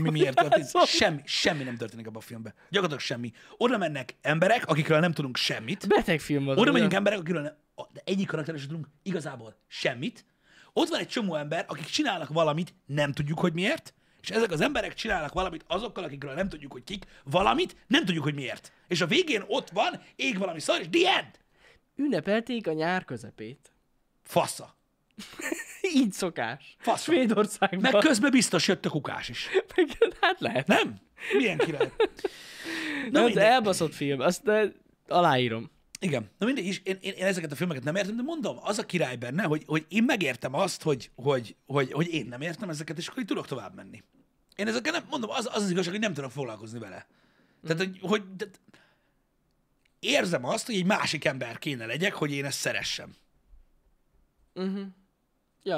S1: mi miért történt.
S2: Magyarázom.
S1: Semmi, semmi nem történik abban a filmben. Gyakorlatilag semmi. Oda mennek emberek, akikről nem tudunk semmit.
S2: Beteg film volt.
S1: Oda
S2: ugye?
S1: megyünk emberek, akikről nem, a- de egyik karakterről sem tudunk igazából semmit. Ott van egy csomó ember, akik csinálnak valamit, nem tudjuk, hogy miért. És ezek az emberek csinálnak valamit azokkal, akikről nem tudjuk, hogy kik, valamit, nem tudjuk, hogy miért. És a végén ott van, ég valami szar, és the end!
S2: Ünnepelték a nyár közepét.
S1: Fasza.
S2: Így szokás.
S1: Faszom.
S2: Svédországban.
S1: Meg közben biztos jött a kukás is.
S2: Meg, hát lehet.
S1: Nem? Milyen király? Na,
S2: Nem,
S1: mindegy.
S2: de elbaszott film, azt eh, aláírom.
S1: Igen. Na mindegy is, én, én, én, ezeket a filmeket nem értem, de mondom, az a király benne, hogy, hogy én megértem azt, hogy, hogy, hogy, hogy én nem értem ezeket, és akkor így tudok tovább menni. Én ezeket nem, mondom, az az, az igazság, hogy nem tudok foglalkozni vele. Tehát, hogy, hogy de, érzem azt, hogy egy másik ember kéne legyek, hogy én ezt szeressem.
S2: Ja,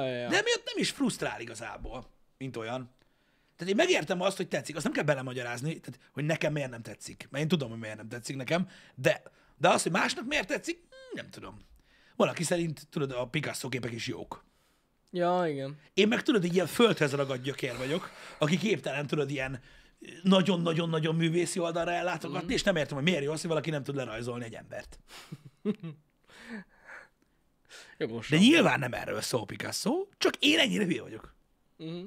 S2: ja, ja.
S1: De emiatt nem is frusztrál igazából, mint olyan. Tehát én megértem azt, hogy tetszik. Azt nem kell belemagyarázni, tehát, hogy nekem miért nem tetszik. Mert én tudom, hogy miért nem tetszik nekem, de, de az, hogy másnak miért tetszik, hm, nem tudom. Van, aki szerint, tudod, a Picasso képek is jók.
S2: Ja, igen.
S1: Én meg tudod, egy ilyen földhez ragadt gyökér vagyok, aki képtelen, tudod, ilyen nagyon-nagyon-nagyon művészi oldalra ellátogatni, mm. és nem értem, hogy miért jó az, hogy valaki nem tud lerajzolni egy embert.
S2: Jogos.
S1: De nyilván nem erről szól Picasso, csak én ennyire hülye vagyok.
S2: Mhm.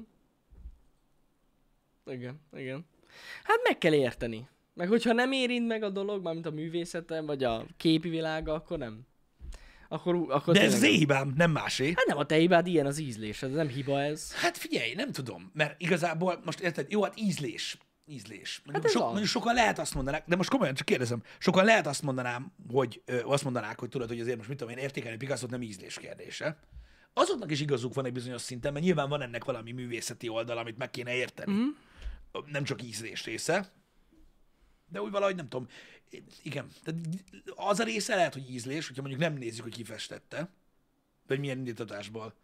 S2: Igen, igen. Hát meg kell érteni. Meg hogyha nem érint meg a dolog, mármint a művészetem, vagy a képi világa, akkor nem. Akkor, ú- akkor
S1: De ez az
S2: tényleg-
S1: én hibám, nem másé.
S2: Hát nem a te hibád, ilyen az ízlés, ez nem hiba ez.
S1: Hát figyelj, nem tudom, mert igazából most érted, jó, hát ízlés. Ízlés. Mondjuk,
S2: Hát ez
S1: sok,
S2: az.
S1: mondjuk sokan lehet azt mondanák, de most komolyan csak kérdezem, sokan lehet azt mondanám, hogy ö, azt mondanák, hogy tudod, hogy azért most mit tudom én értékelni picasso nem ízlés kérdése. Azoknak is igazuk van egy bizonyos szinten, mert nyilván van ennek valami művészeti oldal, amit meg kéne érteni.
S2: Mhm.
S1: Mm. Nem csak ízlés része, de úgy valahogy nem tudom. Igen, tehát az a része lehet, hogy ízlés, hogyha mondjuk nem nézzük, hogy ki festette, vagy milyen indítatásból.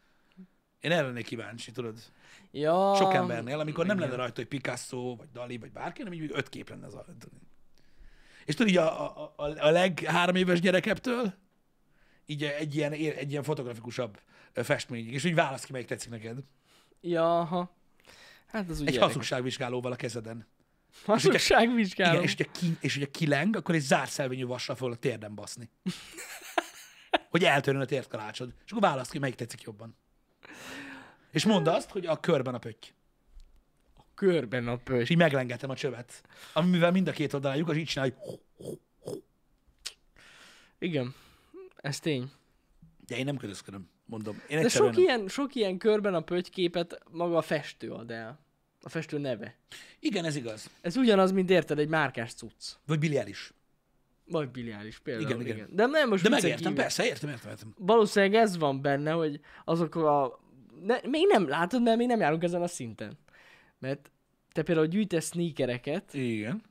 S1: Én erre lennék kíváncsi, tudod?
S2: Ja.
S1: sok embernél, amikor nem lenne rajta, hogy Picasso, vagy Dali, vagy bárki, hanem így öt kép lenne az alatt. És tudod, így a, a, a, a leg három éves gyerekeptől, így egy ilyen, egy ilyen fotografikusabb ö, festményig, és úgy válasz ki, melyik tetszik neked.
S2: Ja, aha. Hát az ugye...
S1: Egy hazugságvizsgálóval a kezeden. Igen,
S2: Hazugságvizsgálom.
S1: és hogyha, ki, és hogyha kileng, akkor egy zárszelvényű vassal fogod a térden baszni. hogy eltörjön a térkalácsod. És akkor választ ki, melyik tetszik jobban. És mondd azt, hogy a körben a pötty.
S2: Körben a
S1: És
S2: pöcs.
S1: így meglengetem a csövet. Amivel mind a két oldalán lyuk, az így csinálja, hogy
S2: Igen. Ez tény.
S1: de én nem kötözködöm, mondom. Én
S2: De
S1: egyszerűen
S2: sok
S1: nem.
S2: ilyen, sok ilyen körben a pöty képet maga a festő ad el. A festő neve.
S1: Igen, ez igaz.
S2: Ez ugyanaz, mint érted, egy márkás cucc.
S1: Vagy biliáris.
S2: Vagy biliáris például.
S1: Igen, igen.
S2: De nem most
S1: De
S2: viccen
S1: megértem,
S2: kívül.
S1: persze, értem, értem, értem.
S2: Valószínűleg ez van benne, hogy azok a... Ne, még nem látod, mert még nem járunk ezen a szinten. Mert te például gyűjtesz sneakereket,
S1: Igen.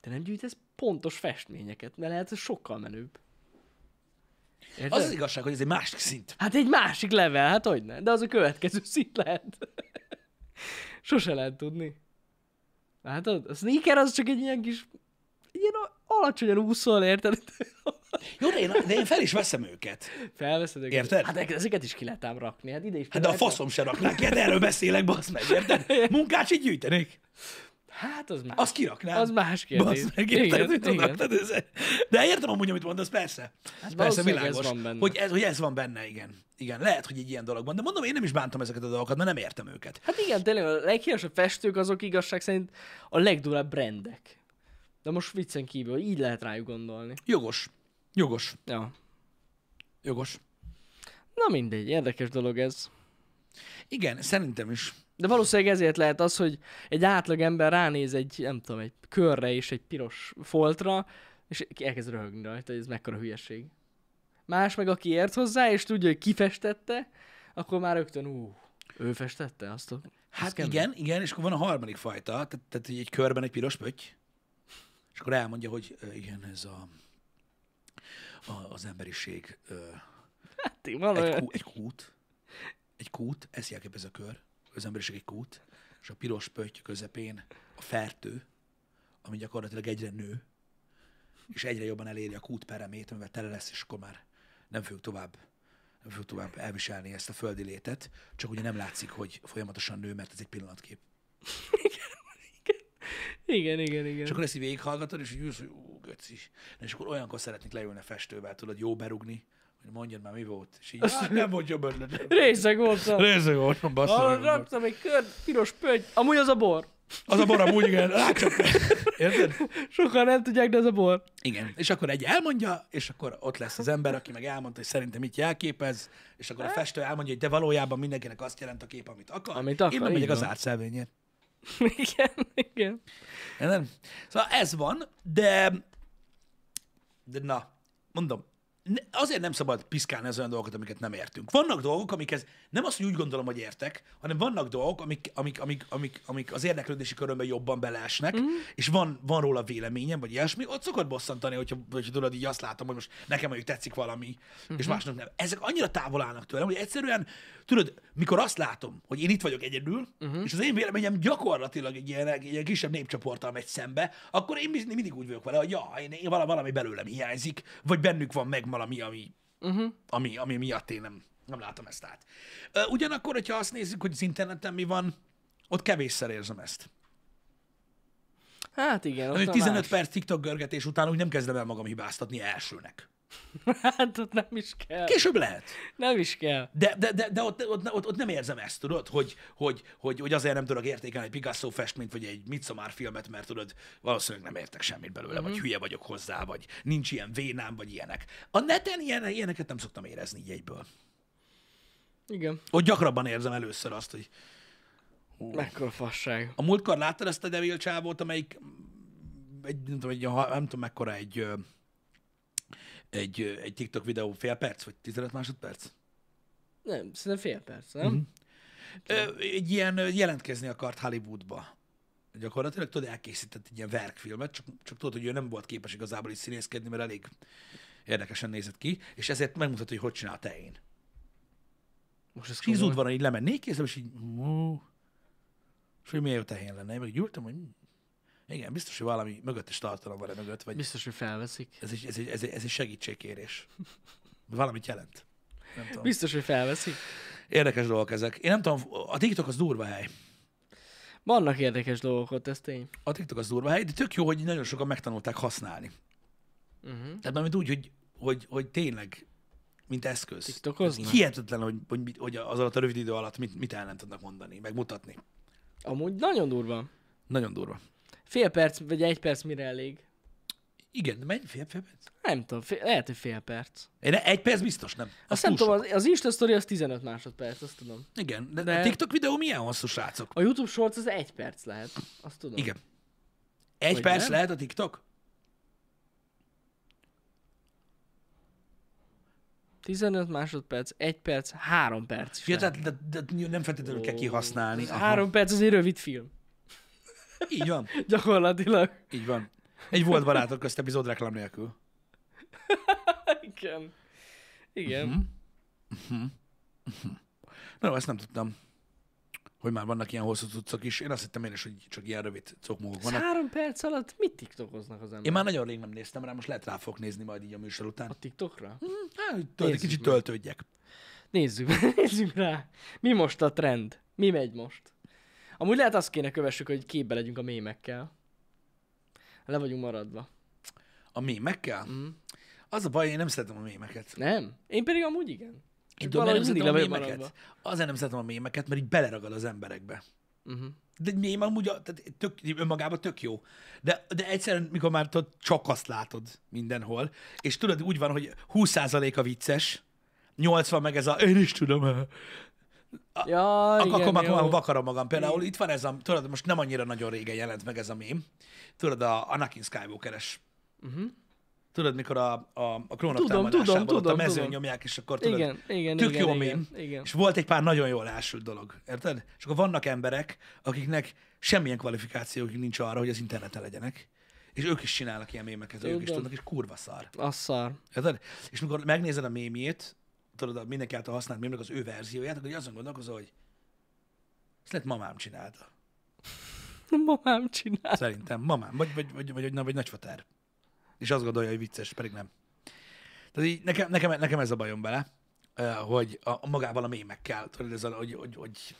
S2: te nem gyűjtesz pontos festményeket, mert lehet, hogy sokkal menőbb. Érted?
S1: Az az igazság, hogy ez egy másik szint.
S2: Hát egy másik level, hát hogy ne, de az a következő szint lehet. Sose lehet tudni. Látod? A sneaker az csak egy ilyen kis, egy ilyen alacsonyan úszol, érted?
S1: Jó, de én, de én fel is veszem őket.
S2: Felveszed őket.
S1: Érted?
S2: Hát ezeket is ki lehet ám rakni, hát ide is.
S1: Hát de a
S2: például-
S1: faszom se raknák, de erről beszélek, basz meg, érted? Munkácsit gyűjtenék.
S2: Hát az más.
S1: Azt kiraknám.
S2: Az más kérdés.
S1: Basz meg, érted? Mit tudnak?
S2: igen.
S1: Tehát ez- De értem amúgy, amit mondasz, persze. Hát persze,
S2: valószínűleg
S1: világos.
S2: ez van benne.
S1: Hogy, ez, hogy ez van benne, igen. Igen, lehet, hogy egy ilyen dolog van. De mondom, én nem is bántam ezeket a dolgokat, mert nem értem őket.
S2: Hát igen, tényleg a leghíresebb festők azok igazság szerint a legdurább brendek. De most viccen kívül, így lehet rájuk gondolni.
S1: Jogos. Jogos.
S2: Ja.
S1: Jogos.
S2: Na mindegy, érdekes dolog ez.
S1: Igen, szerintem is.
S2: De valószínűleg ezért lehet az, hogy egy átlag ember ránéz egy, nem tudom, egy körre és egy piros foltra, és elkezd röhögni rajta, hogy ez mekkora hülyeség. Más meg, aki ért hozzá, és tudja, hogy kifestette, akkor már rögtön, ú, ő festette azt a...
S1: Hát
S2: azt kemény.
S1: igen, igen, és akkor van a harmadik fajta, tehát, tehát így egy körben egy piros pötty, és akkor elmondja, hogy ö, igen, ez a, a az emberiség ö,
S2: Ti, Van
S1: egy,
S2: olyan...
S1: kú, egy kút, egy kút, ezt jelképez a kör, az emberiség egy kút, és a piros pötty közepén a fertő, ami gyakorlatilag egyre nő, és egyre jobban eléri a kút peremét, amivel tele lesz, és akkor már nem fogjuk tovább nem fogjuk tovább elviselni ezt a földi létet, csak ugye nem látszik, hogy folyamatosan nő, mert ez egy pillanatkép.
S2: Igen, igen, igen.
S1: És akkor ezt így végighallgatod, és így ülsz, hogy ú, göci. És akkor olyankor szeretnék leülni a festővel, tudod, jó berugni, hogy mondjad már, mi volt. És így, hát nem volt jobb ötlet.
S2: Részeg voltam.
S1: Részeg voltam,
S2: Arra
S1: basszom.
S2: raktam egy kör, piros pötty. Amúgy az a bor.
S1: Az a bor amúgy, igen, látszok. Érted?
S2: Sokan nem tudják, de az a bor.
S1: Igen. És akkor egy elmondja, és akkor ott lesz az ember, aki meg elmondta, hogy szerintem mit jelképez, és akkor a festő elmondja, hogy de valójában mindenkinek azt jelent a kép, amit akar.
S2: Amit akar,
S1: Én nem megyek
S2: így
S1: az
S2: van.
S1: átszelvényért.
S2: igen, igen.
S1: Nem? Szóval ez van, de, de na, mondom, ne- azért nem szabad piszkálni az olyan dolgokat, amiket nem értünk. Vannak dolgok, amikhez nem azt, hogy úgy gondolom, hogy értek, hanem vannak dolgok, amik, amik, amik, amik, amik az érdeklődési körömben jobban beleesnek, mm. és van, van róla véleményem, vagy ilyesmi, ott szokott bosszantani, hogyha, hogyha tudod, így azt látom, hogy most nekem mondjuk tetszik valami, mm-hmm.
S2: Mhm.
S1: és másnak nem. Ezek annyira távol állnak tőlem, hogy egyszerűen, tudod, mikor azt látom, hogy én itt vagyok egyedül,
S2: Mhm.
S1: mm-hmm. és az én véleményem gyakorlatilag egy ilyen, egy ilyen kisebb népcsoporttal megy szembe, akkor én mi- mindig úgy vagyok vele, hogy ja, én, én vala- valami belőlem hiányzik, vagy bennük van meg valami, ami,
S2: Mhm.
S1: uh-huh. ami, ami miatt én nem, nem látom ezt át. Ö, Ugyanakkor, hogyha azt nézzük, hogy az interneten mi van, ott kevésszer érzem ezt.
S2: Hát igen, ott
S1: Hogy
S2: a
S1: 15
S2: más.
S1: perc TikTok görgetés után úgy nem kezdem el magam hibáztatni elsőnek.
S2: Hát ott nem is kell.
S1: Később lehet.
S2: Nem is kell.
S1: De, de, de, de ott, ott, ott, ott, nem érzem ezt, tudod, hogy, hogy, hogy, hogy azért nem tudok értékelni egy Picasso festményt, vagy egy Midsommar filmet, mert tudod, valószínűleg nem értek semmit belőle, mm-hmm. vagy hülye vagyok hozzá, vagy nincs ilyen vénám, vagy ilyenek. A neten ilyen, ilyeneket nem szoktam érezni így egyből.
S2: Igen.
S1: Ott gyakrabban érzem először azt, hogy
S2: Mekkora fasság.
S1: a múltkor láttad ezt a devil csávót, amelyik mm, egy, nem tudom, egy, ha- nem tudom mekkora egy, ö, egy, ö, egy TikTok videó fél perc, vagy 15 másodperc?
S2: Nem, szerintem fél perc, nem? Mm-hmm.
S1: Ö, egy ilyen ö, jelentkezni akart Hollywoodba. Gyakorlatilag tudod, elkészített egy ilyen verkfilmet, csak, csak tudod, hogy ő nem volt képes igazából is színészkedni, mert elég érdekesen nézett ki, és ezért megmutatja, hogy hogy csinál teén.
S2: Most ez
S1: És így
S2: komoly.
S1: van, így lemennék, kézzel, és így, hú, és hogy milyen jó tehén lenne, én meg így ültem, hogy hm, igen, biztos, hogy valami mögöttes tartalom van e mögött, vagy
S2: Biztos, hogy felveszik.
S1: ez egy, ez egy, ez egy, ez egy segítségkérés. Valamit jelent. Nem tudom.
S2: Biztos, hogy felveszik.
S1: Érdekes dolgok ezek. Én nem tudom, a TikTok az durva hely.
S2: Vannak érdekes dolgok ott, ez tény.
S1: A TikTok az durva hely, de tök jó, hogy nagyon sokan megtanulták használni.
S2: Uh-huh.
S1: Tehát mármint úgy, hogy, hogy, hogy tényleg, mint eszköz.
S2: TikTokoznak?
S1: Ez Hihetetlen, hogy, hogy, mit- hogy az alatt a rövid idő alatt mit, mit el nem tudnak mondani, megmutatni.
S2: Amúgy nagyon durva.
S1: Nagyon durva.
S2: Fél perc, vagy egy perc mire elég?
S1: Igen, de menj, fél, fél perc.
S2: Nem tudom, fél, lehet, hogy fél perc.
S1: Én egy perc biztos nem.
S2: Azt
S1: Az
S2: nem
S1: túl
S2: tudom, az, az Insta story az 15 másodperc, azt tudom.
S1: sok. Igen, de, de,
S2: de-
S1: a TikTok videó milyen hosszú, srácok?
S2: A YouTube Shorts az egy perc lehet, azt tudom.
S1: Igen. Egy
S2: Hogy
S1: perc
S2: nem?
S1: lehet a TikTok?
S2: 15 másodperc, egy perc, három perc is
S1: Ja,
S2: lehet.
S1: tehát de, de, nem feltétlenül kell
S2: Ó,
S1: kihasználni. Aha.
S2: Három perc az egy rövid film.
S1: Így van,
S2: Gyakorlatilag.
S1: így van. Egy volt barátok közt epizód reklám nélkül.
S2: Igen. Igen.
S1: Mhm. Mhm. Mhm. Na, jó, ezt nem tudtam, hogy már vannak ilyen hosszú cuccok is. Én azt hittem én is, hogy csak ilyen rövid cokmók
S2: Ez
S1: vannak.
S2: három perc alatt mit tiktokoznak az emberek?
S1: Én már nagyon rég nem néztem rá, most lehet rá fogok nézni majd így a műsor után.
S2: A TikTokra?
S1: Hát, hogy tölt, egy
S2: Nézzük
S1: kicsit
S2: meg.
S1: töltődjek.
S2: Nézzük, nézzük rá. Mi most a trend? Mi megy most? Amúgy lehet azt kéne kövessük, hogy képbe legyünk a mémekkel. Le vagyunk maradva.
S1: A mémekkel?
S2: Mm.
S1: Az a baj, én nem szeretem a mémeket.
S2: Nem? Én pedig amúgy igen.
S1: Én
S2: Csak
S1: tudom, miért nem
S2: valahogy mindig
S1: szeretem a
S2: le vagyok
S1: mémeket. Azért nem szeretem a mémeket, mert így beleragad az emberekbe.
S2: Uh-huh.
S1: De egy mém amúgy a- tehát tök, önmagában tök jó. De, de egyszerűen, mikor már tudod, csak azt látod mindenhol, és tudod, úgy van, hogy 20% a vicces, 80 meg ez a én is tudom, ak-
S2: Ja,
S1: akkor,
S2: igen,
S1: Ah, akkor már
S2: jó.
S1: akkor vakarom magam. Például itt van ez a, tudod, most nem annyira nagyon régen jelent meg ez a mém. Tudod, a Anakin Skywalker-es.
S2: Mhm.
S1: Tudod, mikor a, a, a klónok
S2: Tudom,
S1: támadásában
S2: tudom,
S1: ott a
S2: tudom,
S1: mezőn
S2: tudom.
S1: nyomják, és akkor tudod,
S2: Igen, igen,
S1: tök
S2: igen,
S1: jó
S2: igen,
S1: mém.
S2: igen.
S1: És volt egy pár nagyon jól elsült dolog, érted? És akkor vannak emberek, akiknek semmilyen kvalifikációjuk nincs arra, hogy az interneten legyenek, és ők is csinálnak ilyen mémeket, ők is
S2: Tudom.
S1: tudnak, és kurva szar.
S2: Az szar.
S1: Érted? És mikor megnézed a mémjét, tudod, a mindenki által használt mémnek az ő verzióját, akkor így azon gondolkozol, hogy ezt lehet mamám csinálta.
S2: Mamám csinál.
S1: Szerintem mamám, vagy, vagy, vagy, vagy, vagy, vagy nagyfatár. És azt gondolja, hogy vicces, pedig nem. Tehát így nekem, nekem, nekem ez a bajom vele, eh, hogy a, a magával a mémekkel, tudod, ez a, hogy, hogy, hogy,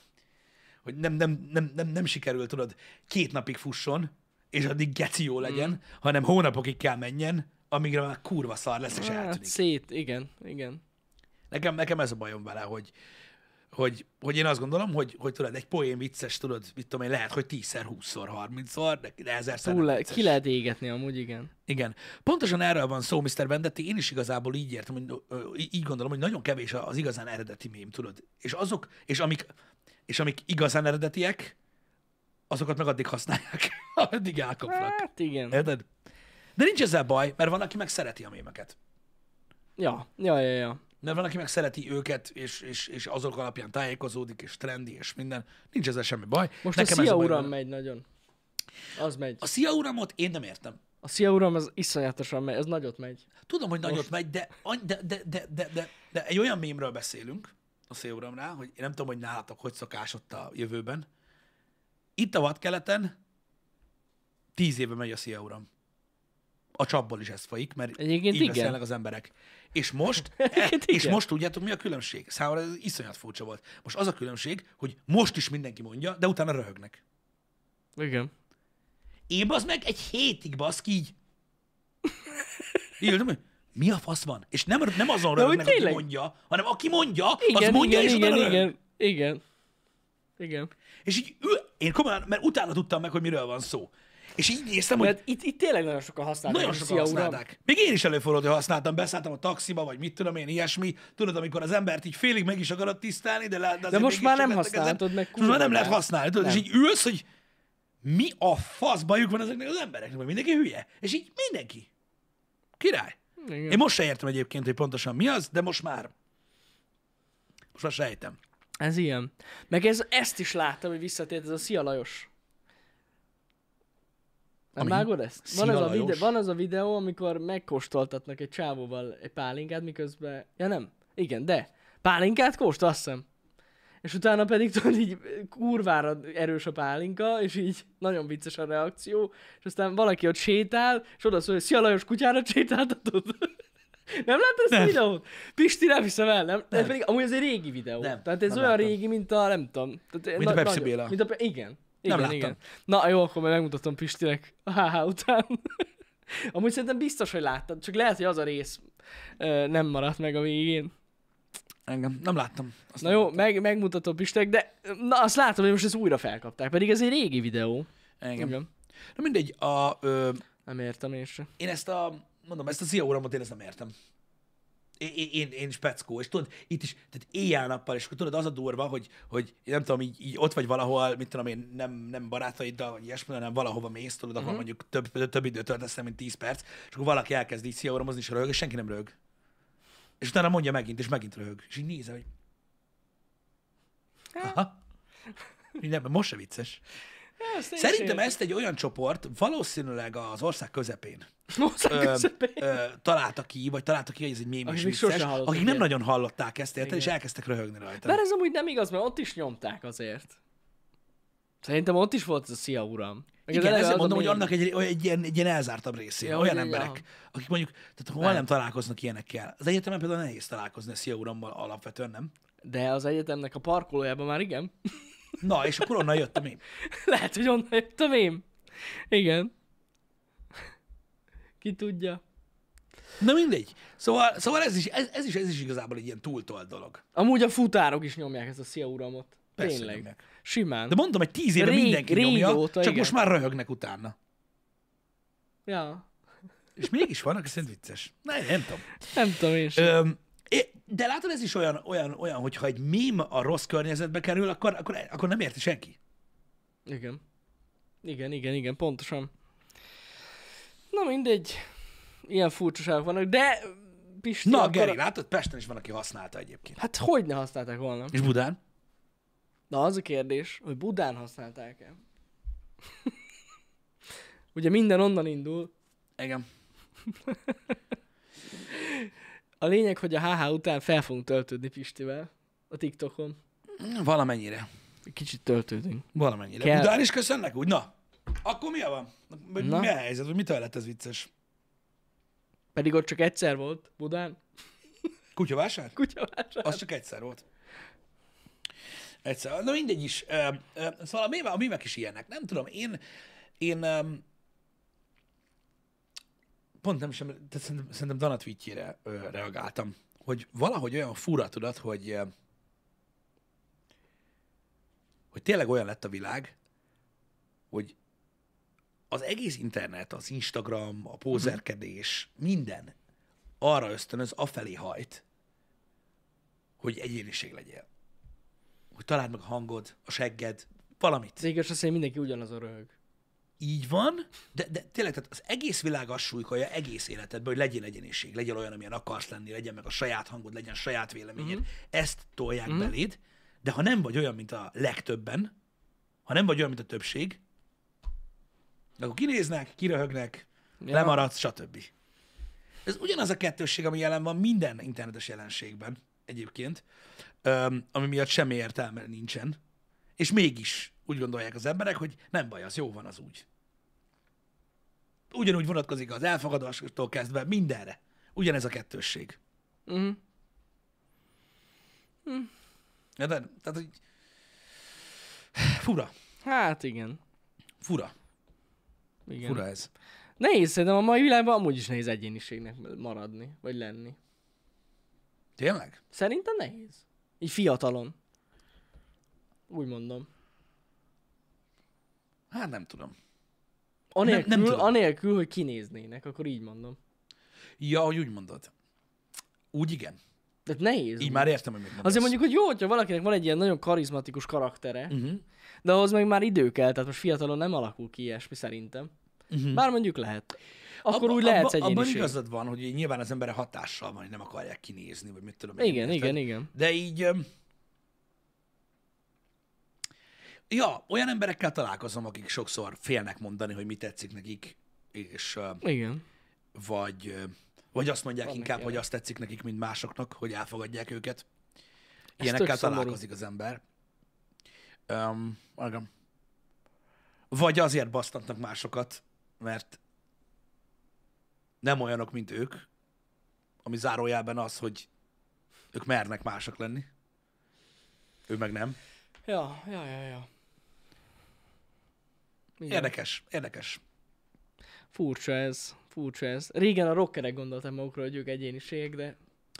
S1: hogy nem, nem, nem, nem, nem sikerül, tudod, két napig fusson, és addig geci jó legyen, mm. hanem hónapokig kell menjen, amígre már kurva szar lesz, és
S2: Hát,
S1: eltűnik.
S2: szét, igen, igen.
S1: Nekem, nekem ez a bajom vele, hogy, hogy, hogy én azt gondolom, hogy, hogy tudod, egy poén vicces, tudod, mit tudom én, lehet, hogy 10-szer, 20-szor, 30-szor, de, de ezerszer
S2: Túl
S1: nem
S2: le,
S1: vicces.
S2: ki lehet égetni amúgy, igen.
S1: Igen. Pontosan erről van szó, Mr. Vendetti. Én is igazából így értem, hogy, ö, í- így gondolom, hogy nagyon kevés az igazán eredeti mém, tudod. És azok, és amik, és amik igazán eredetiek, azokat meg addig használják, addig elkapnak.
S2: Hát igen.
S1: Érted? De nincs ezzel baj, mert van, aki meg szereti a mémeket.
S2: Ja, ja, ja, ja.
S1: Mert van, aki meg szereti őket, és, és, és azok alapján tájékozódik, és trendi, és minden. Nincs ezzel semmi baj.
S2: Most Nekem a
S1: ez
S2: Szia
S1: baj
S2: Uram
S1: vele.
S2: megy nagyon. Az megy.
S1: A Szia Uramot én nem értem.
S2: A Szia Uram az iszonyatosan megy, ez nagyot megy.
S1: Tudom, hogy nagyot megy, de, any- de, de, de, de, de, de egy olyan mémről beszélünk, a szélúramnál, hogy én nem tudom, hogy nálatok hogy szokás ott a jövőben. Itt a vadkeleten tíz éve megy a Szia Uram. A csapból is ez folyik, mert
S2: Egyébként
S1: így
S2: igen.
S1: beszélnek az emberek. És most, e,
S2: Egyébként
S1: és
S2: igen.
S1: most tudjátok, mi a különbség? Számomra ez iszonyat furcsa volt. Most az a különbség, hogy most is mindenki mondja, de utána röhögnek.
S2: Igen.
S1: Én az meg egy hétig baszk így. Így ültem, hogy mi a fasz van? És nem, nem azon
S2: De hogy
S1: rögnek, aki
S2: tényleg?
S1: mondja, hanem aki mondja,
S2: Igen,
S1: az mondja,
S2: igen,
S1: és
S2: igen,
S1: utána
S2: igen,
S1: röhög.
S2: igen, igen. Igen.
S1: És így ül, én komolyan, mert utána tudtam meg, hogy miről van szó. És így néztem, hogy
S2: Mert itt, itt tényleg nagyon sokan használják.
S1: nagyon
S2: a
S1: sokan
S2: Hát Szia
S1: használták. Még én is előfordult, hogy használtam, beszálltam a taxiba, vagy mit tudom én, ilyesmi. Tudod, amikor az embert így félig meg is akarod tisztelni, de, le, de, azért
S2: most
S1: mégis
S2: már
S1: csak
S2: nem
S1: lettek ezen.
S2: használhatod meg,
S1: Most már nem
S2: kurva
S1: lehet
S2: rá.
S1: használni, tudod, és
S2: Nem.
S1: így ülsz, hogy mi a fasz bajuk van ezeknek az embereknek, mert mindenki hülye. És így mindenki. Király.
S2: Uram. Igen.
S1: Én most se értem egyébként, hogy pontosan mi az, de most már. Most már sejtem.
S2: Ez ilyen. Meg ez, ezt is láttam, hogy visszatért ez a Szia Lajos. Nem
S1: Ami?
S2: vágod ezt? Van
S1: Szia
S2: az, a
S1: Lajos?
S2: videó, van az a videó, amikor megkóstoltatnak egy csávóval egy pálinkát, miközben... Ja nem, igen, de pálinkát kóstol, azt hiszem. És utána pedig tudod, így kurvára erős a pálinka, és így nagyon vicces a reakció, és aztán valaki ott sétál, és oda szól, hogy szia Lajos kutyára sétáltatod. Nem láttad ezt a
S1: Nem.
S2: videót? Pisti, nem hiszem el, nem? nem.
S1: Nem.
S2: Ez pedig amúgy ez egy régi videó.
S1: Nem,
S2: Nem. Tehát ez
S1: nem
S2: olyan
S1: láttam.
S2: régi, mint a, nem tudom. Tehát,
S1: Mint a Pepsi
S2: nagyon-
S1: Béla.
S2: Mint a, Pe- igen. igen
S1: láttam.
S2: Igen. Na jó, akkor majd megmutatom Pistinek a HH után. amúgy szerintem biztos, hogy láttad, csak lehet, hogy az a rész ö, nem maradt meg a végén.
S1: Engem. Nem láttam. Azt
S2: Na
S1: nem
S2: jó, meg, megmutatom Pistek, de na azt látom, hogy most ezt újra felkapták, pedig ez egy régi videó.
S1: Engem.
S2: Igen.
S1: Na mindegy, a, ö,
S2: Nem értem én sem.
S1: én ezt a, mondom, ezt a Zia uramot én ezt nem értem. Én, én- én, én speckó, és tudod, itt is, tehát éjjel-nappal, és akkor tudod, az a durva, hogy, hogy én nem tudom, így, így ott vagy valahol, mit tudom én, nem, nem barátaiddal, vagy ilyesmi, hanem valahova mész, tudod, akkor mondjuk több, több, több időt töltesz, el, mint 10 perc, és akkor valaki elkezd így Zia uramozni, és röhög, és senki nem röhög. És utána mondja megint, és megint röhög. És így nézem, hogy... Aha. Így Nem, most se vicces. Szerintem ezt egy olyan csoport valószínűleg az ország közepén ö, ö, találta ki, vagy találta ki, hogy ez egy mém
S2: Akik
S1: és
S2: még
S1: vicces,
S2: sose hallottak
S1: akik nem
S2: ilyet.
S1: nagyon hallották ezt, érted,
S2: Igen.
S1: és elkezdtek röhögni rajta.
S2: Bár ez amúgy nem igaz, mert ott is nyomták azért. Szerintem ott is volt ez a Szia Uram. Meg az
S1: Igen,
S2: eleve
S1: ezért
S2: az a
S1: mondom, hogy
S2: mém.
S1: annak egy, egy, ilyen, egy ilyen elzártabb részén,
S2: Ja,
S1: ja, olyan
S2: ugye,
S1: emberek,
S2: ja.
S1: akik mondjuk, tehát hol nem. nem találkoznak ilyenekkel. Az egyetemen például nehéz találkozni a Szia urammal alapvetően, nem?
S2: De az egyetemnek a parkolójában már igen.
S1: Na, és akkor onnan jöttem én.
S2: Lehet, hogy onnan jöttem én. Igen. Ki tudja.
S1: Na mindegy. Szóval, szóval ez, is, ez, ez, is, ez is igazából egy ilyen túltolt dolog.
S2: Amúgy a futárok is nyomják ezt a Szia Uramot.
S1: Persze
S2: Tényleg.
S1: nyomják.
S2: Simán.
S1: De mondom, hogy tíz éve
S2: Rég-
S1: mindenki nyomja,
S2: régóta,
S1: csak
S2: igen.
S1: most már röhögnek utána.
S2: Ja.
S1: És mégis vannak, ez szerint vicces. Na, én nem tudom.
S2: Nem tudom én sem.
S1: Öm, é- de látod, ez is olyan, olyan, olyan hogy ha egy mém a rossz környezetbe kerül, akkor, akkor, akkor nem érti senki.
S2: Igen. Igen, igen, igen, pontosan. Na mindegy. Ilyen furcsaságok vannak, de... Pisti,
S1: Na,
S2: akkor-
S1: Geri, látod, Pesten is van, aki használta egyébként.
S2: Hát hogy ne használták volna?
S1: És Budán?
S2: Na az a kérdés, hogy Budán használták-e? Ugye minden onnan indul.
S1: Igen.
S2: A lényeg, hogy a HH után fel fogunk töltődni Pistivel. A TikTokon.
S1: Valamennyire.
S2: Kicsit töltődünk.
S1: Valamennyire.
S2: Kell.
S1: Budán is köszönnek úgy? Na, akkor mi a van? Vagy
S2: Na.
S1: Mi a helyzet? Vagy mitől lett ez vicces?
S2: Pedig ott csak egyszer volt Budán.
S1: Kutyavásár?
S2: Kutyavásár.
S1: Az csak egyszer volt. Egyszer. Na mindegy is. Ö, ö, Szóval a mémek, a mémek is ilyenek. Nem tudom, én... Én... öm, Pont nem sem, tehát szerintem, szerintem Dana tweetjére ö, reagáltam, hogy valahogy olyan fura tudat, hogy, ö, hogy tényleg olyan lett a világ, hogy az egész internet, az Instagram, a pózerkedés, minden arra ösztönöz, afelé hajt, hogy egyéniség legyél. Hogy találd meg a hangod, a segged, valamit.
S2: Ez igaz, azt hiszem, mindenki ugyanazon röhög.
S1: Így van, de, de tényleg tehát az egész világ azt súlykolja egész életedben, hogy legyél egyeniség, legyél olyan, amilyen akarsz lenni, legyen meg a saját hangod, legyen saját véleményed. Ezt tolják beléd, de ha nem vagy olyan, mint a legtöbben, ha nem vagy olyan, mint a többség, akkor kinéznek, kiröhögnek,
S2: Ja.
S1: ja. lemaradsz, stb. Ez ugyanaz a kettősség, ami jelen van minden internetes jelenségben egyébként, öm, ami miatt semmi értelme nincsen. És mégis úgy gondolják az emberek, hogy nem baj, az jó van, az úgy. Ugyanúgy vonatkozik az elfogadástól kezdve mindenre. Ugyanez a kettősség.
S2: Mhm.
S1: De, tehát, hogy... Fura.
S2: Hát igen.
S1: Fura.
S2: igen.
S1: Fura ez.
S2: Nehéz, szerintem a mai világban amúgy is nehéz egyéniségnek maradni, vagy lenni.
S1: Tényleg?
S2: Szerintem nehéz. Így fiatalon. Úgy mondom.
S1: Hát nem tudom.
S2: Anélkül, nem,
S1: nem
S2: nem
S1: tudom.
S2: anélkül, hogy kinéznének, akkor így mondom.
S1: Ja, hogy úgy mondod. Úgy igen.
S2: Tehát nehéz.
S1: Így már értem, hogy mit mondasz.
S2: Azért mondjuk, hogy jó, hogyha valakinek van egy ilyen nagyon karizmatikus karaktere,
S1: Uh-huh.
S2: de ahhoz meg már idő kell, tehát most fiatalon nem alakul ki ilyesmi szerintem.
S1: Mhm.
S2: Bár mondjuk lehet. Akkor
S1: Abba-
S2: úgy lehetsz
S1: abba- Abban
S2: egyéniség.
S1: igazad van, hogy nyilván az embere hatással van, hogy nem akarják kinézni, vagy mit tudom én.
S2: Igen,
S1: érted?
S2: igen, igen.
S1: De így... öm, Ja, olyan emberekkel találkozom, akik sokszor félnek mondani, hogy mi tetszik nekik, és ö,
S2: Igen.
S1: vagy, ö, vagy azt mondják
S2: Vannak
S1: inkább, hogy
S2: ilyenek.
S1: azt tetszik nekik, mint másoknak, hogy elfogadják őket.
S2: tök
S1: Ilyenekkel
S2: szomorú.
S1: találkozik az ember. Um, vagy azért basztatnak másokat, mert nem olyanok, mint ők, ami zárójelben az, hogy ők mernek mások lenni. Ő meg nem.
S2: Ja, ja, ja, ja. Igen.
S1: Érdekes, érdekes.
S2: Furcsa ez, furcsa ez. Régen a rockerek gondolták magukra, hogy ők egyéniségek, de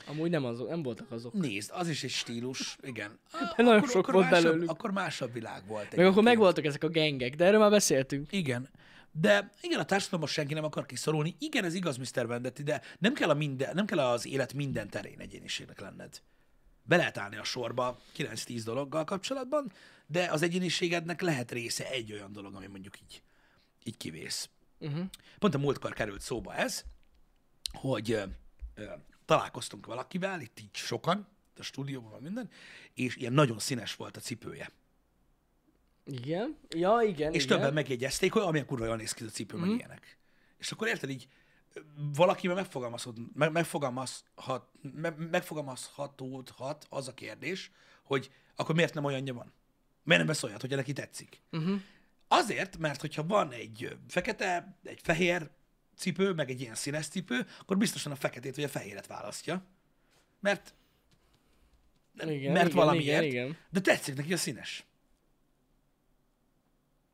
S2: amúgy nem, azok, nem voltak azok.
S1: Nézd, az is egy stílus, igen.
S2: De nagyon sok volt
S1: másabb,
S2: belőlük.
S1: Akkor másabb világ volt.
S2: Meg akkor
S1: egyébként.
S2: megvoltak ezek a gengek, de erről már beszéltünk.
S1: Igen. De igen, a társadalomban senki nem akar kiszorulni. Igen, ez igaz, Mr. Vendetti, de nem kell, a minden, nem kell az élet minden terén egyéniségnek lenned. Be lehet állni a sorba 9-10 dologgal kapcsolatban, de az egyéniségednek lehet része egy olyan dolog, ami mondjuk így, így kivész.
S2: Uh-huh.
S1: Pont a múltkor került szóba ez, hogy ö, ö, találkoztunk valakivel, itt így sokan, a stúdióban van minden, és ilyen nagyon színes volt a cipője.
S2: Igen. Ja, igen,
S1: És
S2: igen. Mhm.
S1: többen megjegyezték, hogy amilyen kurva jól néz ki ez a cipő, mm. meg ilyenek. És akkor érted így, valaki megfogalmazhat, meg, megfogalmazhat, meg, megfogalmazhatódhat az a kérdés, hogy akkor miért nem olyanja van? Miért nem beszél olyat, hogy neki tetszik?
S2: Uh-huh.
S1: Azért, mert hogyha van egy ö, fekete, egy fehér cipő, meg egy ilyen színes cipő, akkor biztosan a feketét vagy a fehéret választja. Mert,
S2: Igen,
S1: mert
S2: igen,
S1: valamiért.
S2: Igen, igen.
S1: De tetszik neki a színes.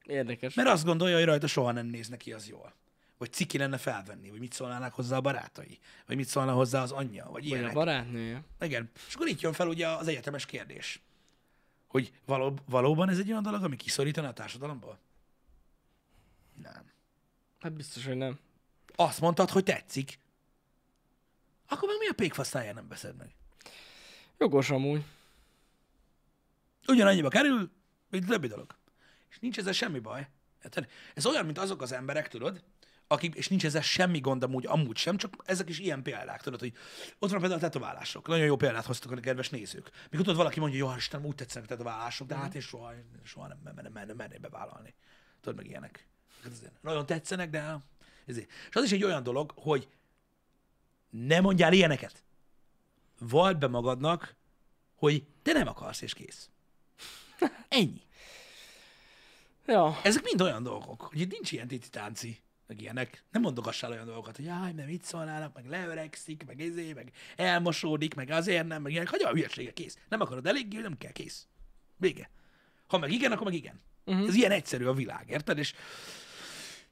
S2: Érdekes.
S1: Mert azt gondolja, hogy rajta soha nem néz neki az jól. Vagy ciki lenne felvenni, vagy mit szólnának hozzá a barátai, vagy mit szólna hozzá az anyja, vagy
S2: Vagy
S1: ilyenek.
S2: a barátnője.
S1: Igen. És akkor itt jön fel ugye az egyetemes kérdés, hogy való, valóban ez egy olyan dolog, ami kiszorítana a társadalomból? Nem.
S2: Hát biztos, hogy nem.
S1: Azt mondtad, hogy tetszik. Akkor meg mi a pékfasztáján nem beszed meg?
S2: Jogos amúgy.
S1: ugyanannyiba kerül, mint többi dolog. És nincs ezzel semmi baj. Érted? Ez olyan, mint azok az emberek, tudod, akik, és nincs ezzel semmi gond amúgy, amúgy sem, csak ezek is ilyen példák, tudod, hogy ott van például a tetoválások. Nagyon jó példát hoztak a kedves nézők. Mikor tudod, valaki mondja, hogy Istenem, úgy tetszenek a tetoválások, de hát és soha, soha nem merne, merne, merne bevállalni. Tudod, meg ilyenek. Hát azért Nagyon tetszenek, de ezért. És az is egy olyan dolog, hogy ne mondjál ilyeneket. Vald be magadnak, hogy te nem akarsz, és kész. Ennyi.
S2: Ja,
S1: Ezek mind olyan dolgok, hogy itt nincs ilyen tititánci, meg ilyenek. Nem mondogassál olyan dolgokat, hogy jaj, mert mit szólnának, meg leöregszik, meg izé, meg elmosódik, meg azért nem, meg ilyenek. Hagyja a hülyesége, kész. Nem akarod eléggé, nem kell, kész. Vége. Ha meg igen, akkor meg igen. Uh-huh. Ez ilyen egyszerű a világ, érted? És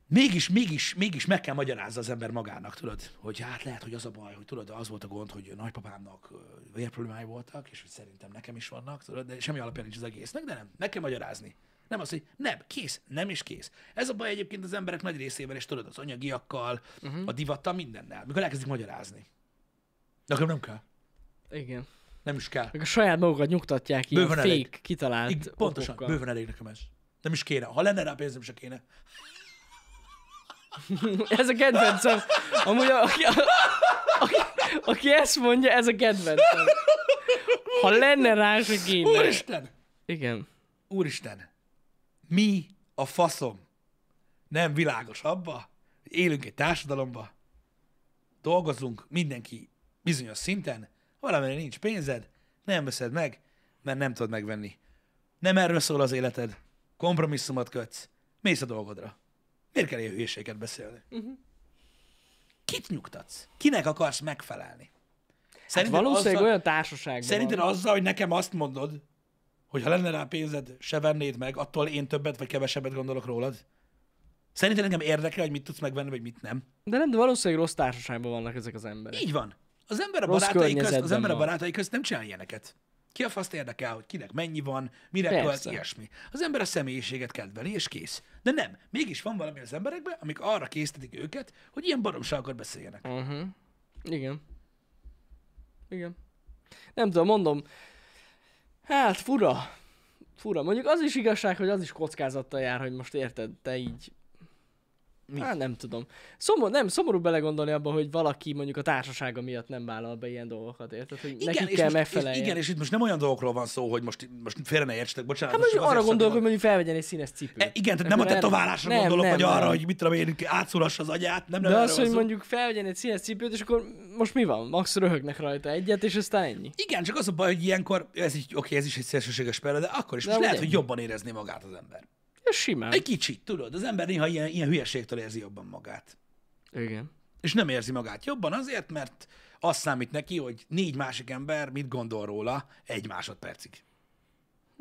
S1: mégis, mégis, mégis meg kell magyarázza az ember magának, tudod, hogy hát lehet, hogy az a baj, hogy tudod, az volt a gond, hogy nagypapámnak ö, vérproblémái voltak, és hogy szerintem nekem is vannak, tudod, de semmi alapja nincs az egésznek, de nem, meg kell magyarázni. Nem az, hogy nem, kész, nem is kész. Ez a baj egyébként az emberek nagy részével, és tudod, az anyagiakkal,
S2: Mhm.
S1: uh-huh. a divattal, mindennel, mikor elkezdik magyarázni. De akkor nem kell.
S2: igen.
S1: Nem is kell.
S2: Meg a saját magukat nyugtatják ilyen
S1: Bőven
S2: fake,
S1: elég.
S2: kitalált
S1: Igen, pontosan,
S2: okokkal.
S1: bőven elég nekem ez. Nem is kéne. Ha lenne rá pénzem, se kéne.
S2: Ez a kedvencem. Amúgy a, aki, a, aki, aki ezt mondja, ez a kedvencem. Ha lenne rá, se kéne.
S1: Úristen!
S2: Igen.
S1: Úristen, mi a faszom nem világos abba, hogy élünk egy társadalomba, dolgozunk mindenki bizonyos szinten, valamire nincs pénzed, nem veszed meg, mert nem tudod megvenni. Nem erről szól az életed, kompromisszumot kötsz, mész a dolgodra. Miért kell ilyen hülyeséget beszélni? Uh-huh. Kit nyugtatsz? Kinek akarsz megfelelni? Szerintem
S2: Valószínűleg
S1: azzal-
S2: olyan társaságban
S1: Szerinted
S2: van.
S1: azzal, hogy nekem azt mondod, hogy ha lenne rá pénzed, se vennéd meg, attól én többet vagy kevesebbet gondolok rólad? Szerinted engem érdekel, hogy mit tudsz megvenni, vagy mit nem?
S2: De nem, de valószínűleg rossz társaságban vannak ezek az emberek.
S1: Így van. Az ember a
S2: Rossz
S1: barátai közt, az
S2: környezetben
S1: ember a
S2: van.
S1: barátai közt nem csinál ilyeneket. Ki a faszt érdekel, hogy kinek mennyi van, mire
S2: Persze.
S1: költ, ilyesmi. Az ember a személyiséget kedveli, és kész. De nem, mégis van valami az emberekben, amik arra késztetik őket, hogy ilyen baromságokat beszéljenek.
S2: Uh-huh. Igen. Igen. Nem tudom, mondom. Hát, fura. Fura. Mondjuk az is igazság, hogy az is kockázattal jár, hogy most érted, te így... Mi? Hát nem tudom. Szomor, nem, szomorú belegondolni abba, hogy valaki mondjuk a társasága miatt nem vállal be ilyen dolgokat, érted? Hogy igen, nekik
S1: és
S2: kell
S1: most, és,
S2: megfelelni.
S1: igen, és itt most nem olyan dolgokról van szó, hogy most, most félre ne értsetek, bocsánat.
S2: Hát
S1: most
S2: mondjuk
S1: csak
S2: arra
S1: azért
S2: gondolok,
S1: szakítom-
S2: hogy mondjuk felvegyen egy színes cipőt.
S1: E, igen, tehát nem a
S2: Akkor erre-
S1: tetoválásra
S2: nem,
S1: gondolok,
S2: nem,
S1: vagy arra,
S2: nem.
S1: hogy mit tudom én, átszúrassa az agyát, nem, nem
S2: De
S1: erről
S2: az,
S1: van
S2: hogy
S1: szó.
S2: mondjuk felvegyen egy színes cipőt, és akkor most mi van? Max röhögnek rajta egyet, és aztán ennyi.
S1: Igen, csak az a baj, hogy ilyenkor, ez így, oké, ez is egy szélsőséges példa, de akkor is
S2: De
S1: most lehet,
S2: ugye.
S1: hogy jobban érezné magát az ember.
S2: És simán.
S1: Egy kicsit, tudod, az ember néha ilyen, ilyen hülyeségtől érzi jobban magát.
S2: Igen.
S1: És nem érzi magát jobban azért, mert azt számít neki, hogy négy másik ember mit gondol róla egy másodpercig.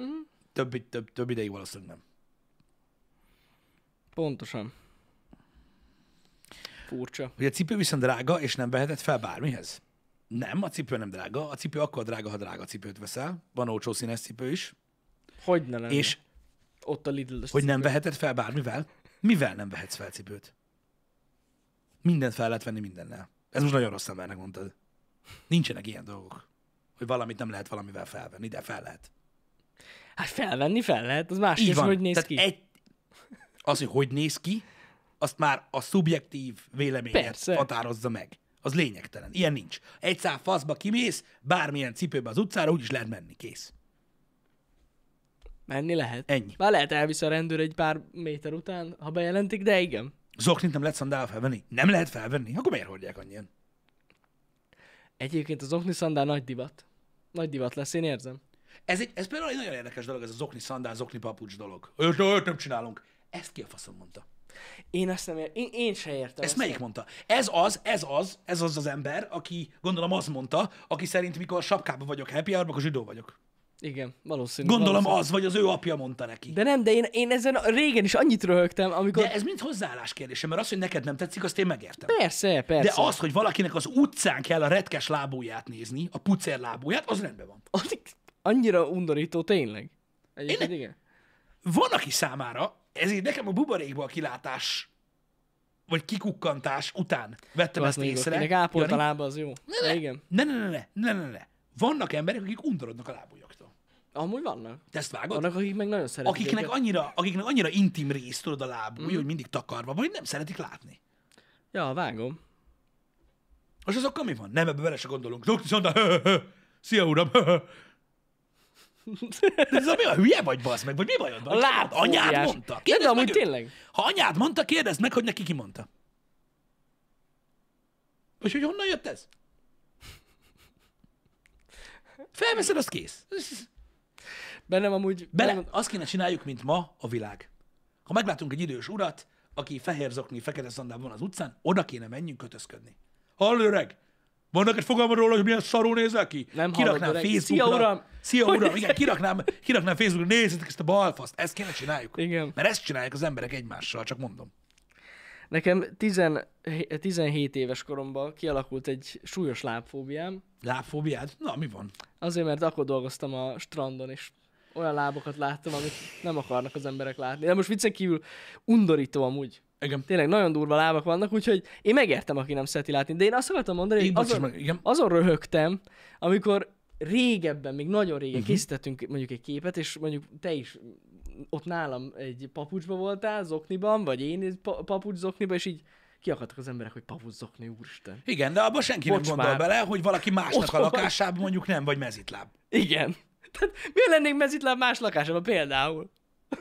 S1: Mm.
S2: Mhm.
S1: Több, több, több ideig valószínűleg nem.
S2: Pontosan. Furcsa.
S1: Hogy a cipő viszont drága, és nem vehetett fel bármihez? Nem, a cipő nem drága. A cipő akkor drága, ha drága cipőt veszel. Van olcsó színes cipő is.
S2: Hogy ne lenne?
S1: És
S2: ott a lidl
S1: hogy nem veheted fel bármivel? Mivel nem vehetsz fel cipőt? Mindent fel lehet venni mindennel. Ez most nagyon rossz embernek mondtad. Nincsenek ilyen dolgok. Hogy valamit nem lehet valamivel felvenni, de fel lehet.
S2: Hát felvenni fel lehet, az más
S1: Így
S2: kérdés,
S1: van.
S2: hogy néz
S1: Tehát
S2: ki.
S1: Egy, az, hogy hogy néz ki, azt már a szubjektív véleményed
S2: Persze.
S1: határozza meg. Az lényegtelen. Ilyen nincs. Egy szál faszba kimész, bármilyen cipőbe az utcára, úgyis lehet menni. Kész.
S2: Menni lehet.
S1: Ennyi.
S2: Bár lehet elvisz a rendőr egy pár méter után, ha bejelentik, de igen.
S1: Zoknit nem lehet szandál felvenni? Nem lehet felvenni? Akkor miért hordják annyian?
S2: Egyébként az okni szandál nagy divat. Nagy divat lesz, én érzem.
S1: Ez, egy, ez például egy nagyon érdekes dolog, ez az okni szandál, zokni papucs dolog. Őt, őt nem csinálunk. Ezt ki a faszom mondta?
S2: Én azt nem ér... én, én se értem.
S1: Ezt melyik mondta? Ez az, ez az, ez az az ember, aki gondolom az mondta, aki szerint mikor sapkában vagyok happy hour akkor zsidó vagyok.
S2: Igen, valószínű.
S1: Gondolom
S2: valószínű.
S1: az, vagy az ő apja mondta neki.
S2: De nem, de én, én ezen a- régen is annyit röhögtem, amikor...
S1: De
S2: De...
S1: ez mind hozzáállás kérdése, mert az, hogy neked nem tetszik, azt én megértem.
S2: Persze,
S1: De
S2: persze.
S1: az, hogy valakinek az utcán kell a retkes lábúját nézni, a pucér lábúját, az rendben van.
S2: Addig annyira undorító tényleg. Egyébként
S1: Én-
S2: igen.
S1: Van, aki számára, ezért nekem a buborékból a kilátás, vagy kikukkantás után vettem ezt
S2: Azt még
S1: észre.
S2: akinek ápolt a
S1: Jani.
S2: lába, az jó. Ne, igen.
S1: Ne, ne, ne, ne, ne, ne, ne. Vannak emberek, akik undorodnak a lábujjaktól.
S2: Amúgy vannak.
S1: Te ezt vágod?
S2: Vannak, akik meg nagyon szeretik.
S1: akiknek,
S2: őket.
S1: annyira, akiknek annyira intim rész, tudod, a
S2: Mhm.
S1: lábúj, mm. hogy mindig takarva van, hogy nem szeretik látni.
S2: Ja, vágom.
S1: És azokkal mi van? Nem, ebbe bele se gondolunk. Doktor Szanda, hö, hö, hö. szia uram, hö, hö. De ez a mi a hülye vagy, basz meg? Vagy mi bajod van?
S2: A láb
S1: Anyád
S2: óriás.
S1: mondta.
S2: De, de
S1: Kérdezd meg
S2: amúgy
S1: őt.
S2: tényleg.
S1: Ha anyád mondta, kérdezd meg, hogy neki ki mondta. Vagy hogy honnan jött ez? Felveszed, az kész.
S2: Bennem amúgy...
S1: Bele,
S2: bennem-
S1: azt kéne csináljuk, mint ma a világ. Ha meglátunk egy idős urat, aki fehér zokni, fekete szandában van az utcán, oda kéne menjünk kötözködni. Hall öreg! Van neked fogalma róla, hogy milyen szarul nézel ki?
S2: Nem hallod,
S1: kiraknám
S2: öreg.
S1: Facebookra.
S2: Szia, uram!
S1: Szia, uram! Igen, kiraknám, kiraknám Facebookra, nézzétek ezt a balfaszt. Ezt kéne csináljuk.
S2: Igen.
S1: Mert ezt csinálják az emberek egymással, csak mondom.
S2: Nekem 17 17 éves koromban kialakult egy súlyos lábfóbiám,
S1: Lábfóbiád? Na, mi van?
S2: azért mert akkor dolgoztam a strandon, és olyan lábokat láttam, amit nem akarnak az emberek látni. De most viccen kívül undorító amúgy.
S1: Igen.
S2: Tényleg nagyon durva lábak vannak, úgyhogy én megértem, aki nem szereti látni. De én azt akartam mondani,
S1: Én
S2: hogy
S1: bocsás,
S2: azon,
S1: meg, igen.
S2: azon röhögtem, amikor régebben, még nagyon régen
S1: Mhm.
S2: uh-huh. készítettünk mondjuk egy képet, és mondjuk te is ott nálam egy papucsba voltál, zokniban, vagy én egy pa- papucs zokniban, és így kiakadtak az emberek, hogy papucs zokni, úristen.
S1: Igen, de abban senki
S2: Bocs
S1: nem gondol
S2: már.
S1: bele, hogy valaki másnak
S2: Otthon
S1: a
S2: van.
S1: lakásában mondjuk nem, vagy mezitláb.
S2: Igen. Tehát miért lennék mezitláb más lakásában például?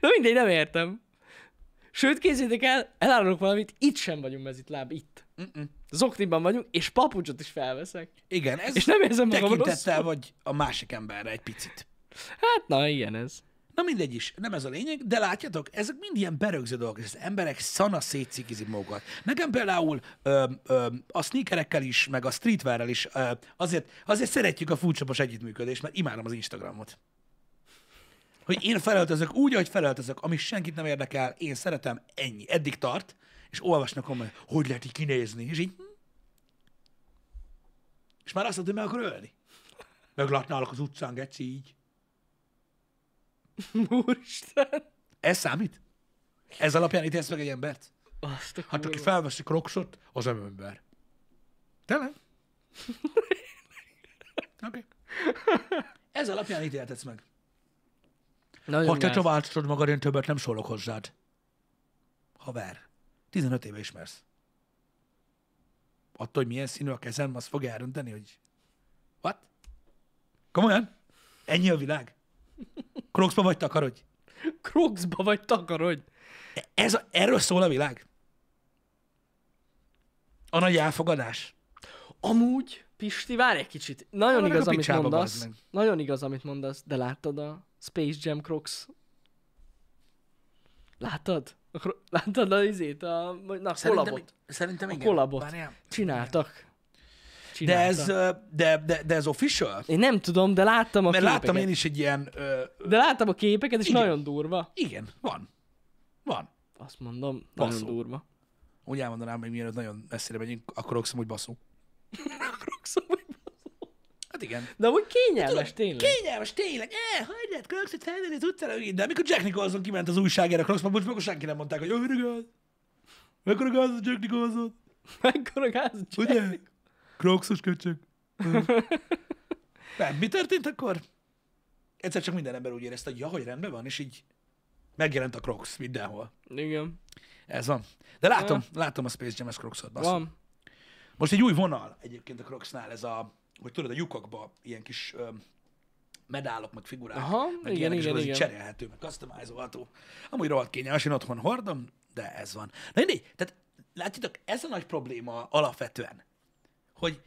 S2: Na mindegy, nem értem. Sőt, készítek el, elárulok valamit, itt sem vagyunk mezitláb, itt.
S1: Mm-mm.
S2: Zokniban vagyunk, és papucsot is felveszek.
S1: Igen, ez
S2: És nem érzem magam
S1: tekintettel vagy a másik emberre egy picit.
S2: Hát na, ilyen ez.
S1: Na mindegy is, nem ez a lényeg, de látjátok, ezek mind ilyen berögző dolgok, és az emberek szana szétcikizik magukat. Nekem például ö, ö, a sneakerekkel is, meg a streetwearrel is, ö, azért, azért szeretjük a furcsapos együttműködést, mert imádom az Instagramot. Hogy én felöltözök úgy, ahogy felöltözök, ami senkit nem érdekel, én szeretem, ennyi, eddig tart, és olvasnak komolyan, hogy lehet így kinézni, és így... hm. És már azt mondod, hogy meg akar ölni. Meglátnálak az utcán, geci, így.
S2: Úristen.
S1: Ez számít? Ez alapján ítélsz meg egy embert?
S2: Azt a
S1: Hát aki
S2: kurva.
S1: felveszi Crocsot, az nem ember. Tényleg? Oké. Okay. Ez alapján ítéltetsz meg.
S2: Nagyon
S1: Ha te
S2: gáz.
S1: csak változod magad, én többet nem szólok hozzád. Haver, 15 éve ismersz. Attól, hogy milyen színű a kezem, az fog elrönteni, hogy... What? Komolyan? Ennyi a világ? Crocsba vagy takarodj?
S2: Crocsba vagy takarodj.
S1: Ez a, erről szól a világ. A nagy elfogadás.
S2: Amúgy, Pisti, várj egy kicsit. Nagyon
S1: Annak
S2: igaz,
S1: a
S2: amit
S1: picsába,
S2: mondasz.
S1: bazd meg.
S2: Nagyon igaz, amit mondasz, de láttad a Space Jam Crocs Láttad? A kro- Láttad a izét? A, vagy- na,
S1: Szerintem,
S2: kollabot.
S1: szerintem igen.
S2: Kollabot.
S1: Várjál.
S2: Csináltak.
S1: De
S2: Csináltak.
S1: ez, ö, de, de, de ez official?
S2: Én nem tudom, de láttam a
S1: Mert
S2: képeket.
S1: láttam én is egy ilyen... Ö,
S2: De láttam a képeket, és
S1: Igen.
S2: nagyon durva.
S1: igen, van. Van.
S2: Azt mondom,
S1: Basszú.
S2: nagyon durva.
S1: Úgy elmondanám, hogy mielőtt nagyon messzire megyünk, akkor okszom, hogy baszó.
S2: Szóval, hogy basszú.
S1: Hát igen.
S2: De amúgy kényelmes,
S1: Tudod,
S2: tényleg.
S1: Kényelmes, tényleg. E, hagyd lehet Crocs-et felvenni az utcára, így. de amikor Jack Nicholson kiment az újságjára Crocs, bocs, akkor senki nem mondták, hogy ő rögáz. Mekkora gáz a Jack Nicholson?
S2: Mekkora gáz,
S1: Ugye? Crocs-os köcsög. nem, mi történt akkor? Egyszer csak minden ember úgy érezte, hogy ja, hogy rendben van, és így megjelent a Crocs mindenhol.
S2: Igen,
S1: Ez van. De látom, látom a Space Jam-es Crocsot. basszus.
S2: van.
S1: Most egy új vonal egyébként a Crocsnál ez a, hogy tudod, a lyukakba ilyen kis ö, medálok, meg figurák,
S2: Aha,
S1: meg
S2: igen,
S1: ilyenek, és
S2: igen,
S1: akkor ez így
S2: igen.
S1: cserélhető, meg customizolható. Amúgy rohadt kényelmes, én otthon hordom, de ez van. Na mindegy, tehát látjátok, ez a nagy probléma alapvetően, hogy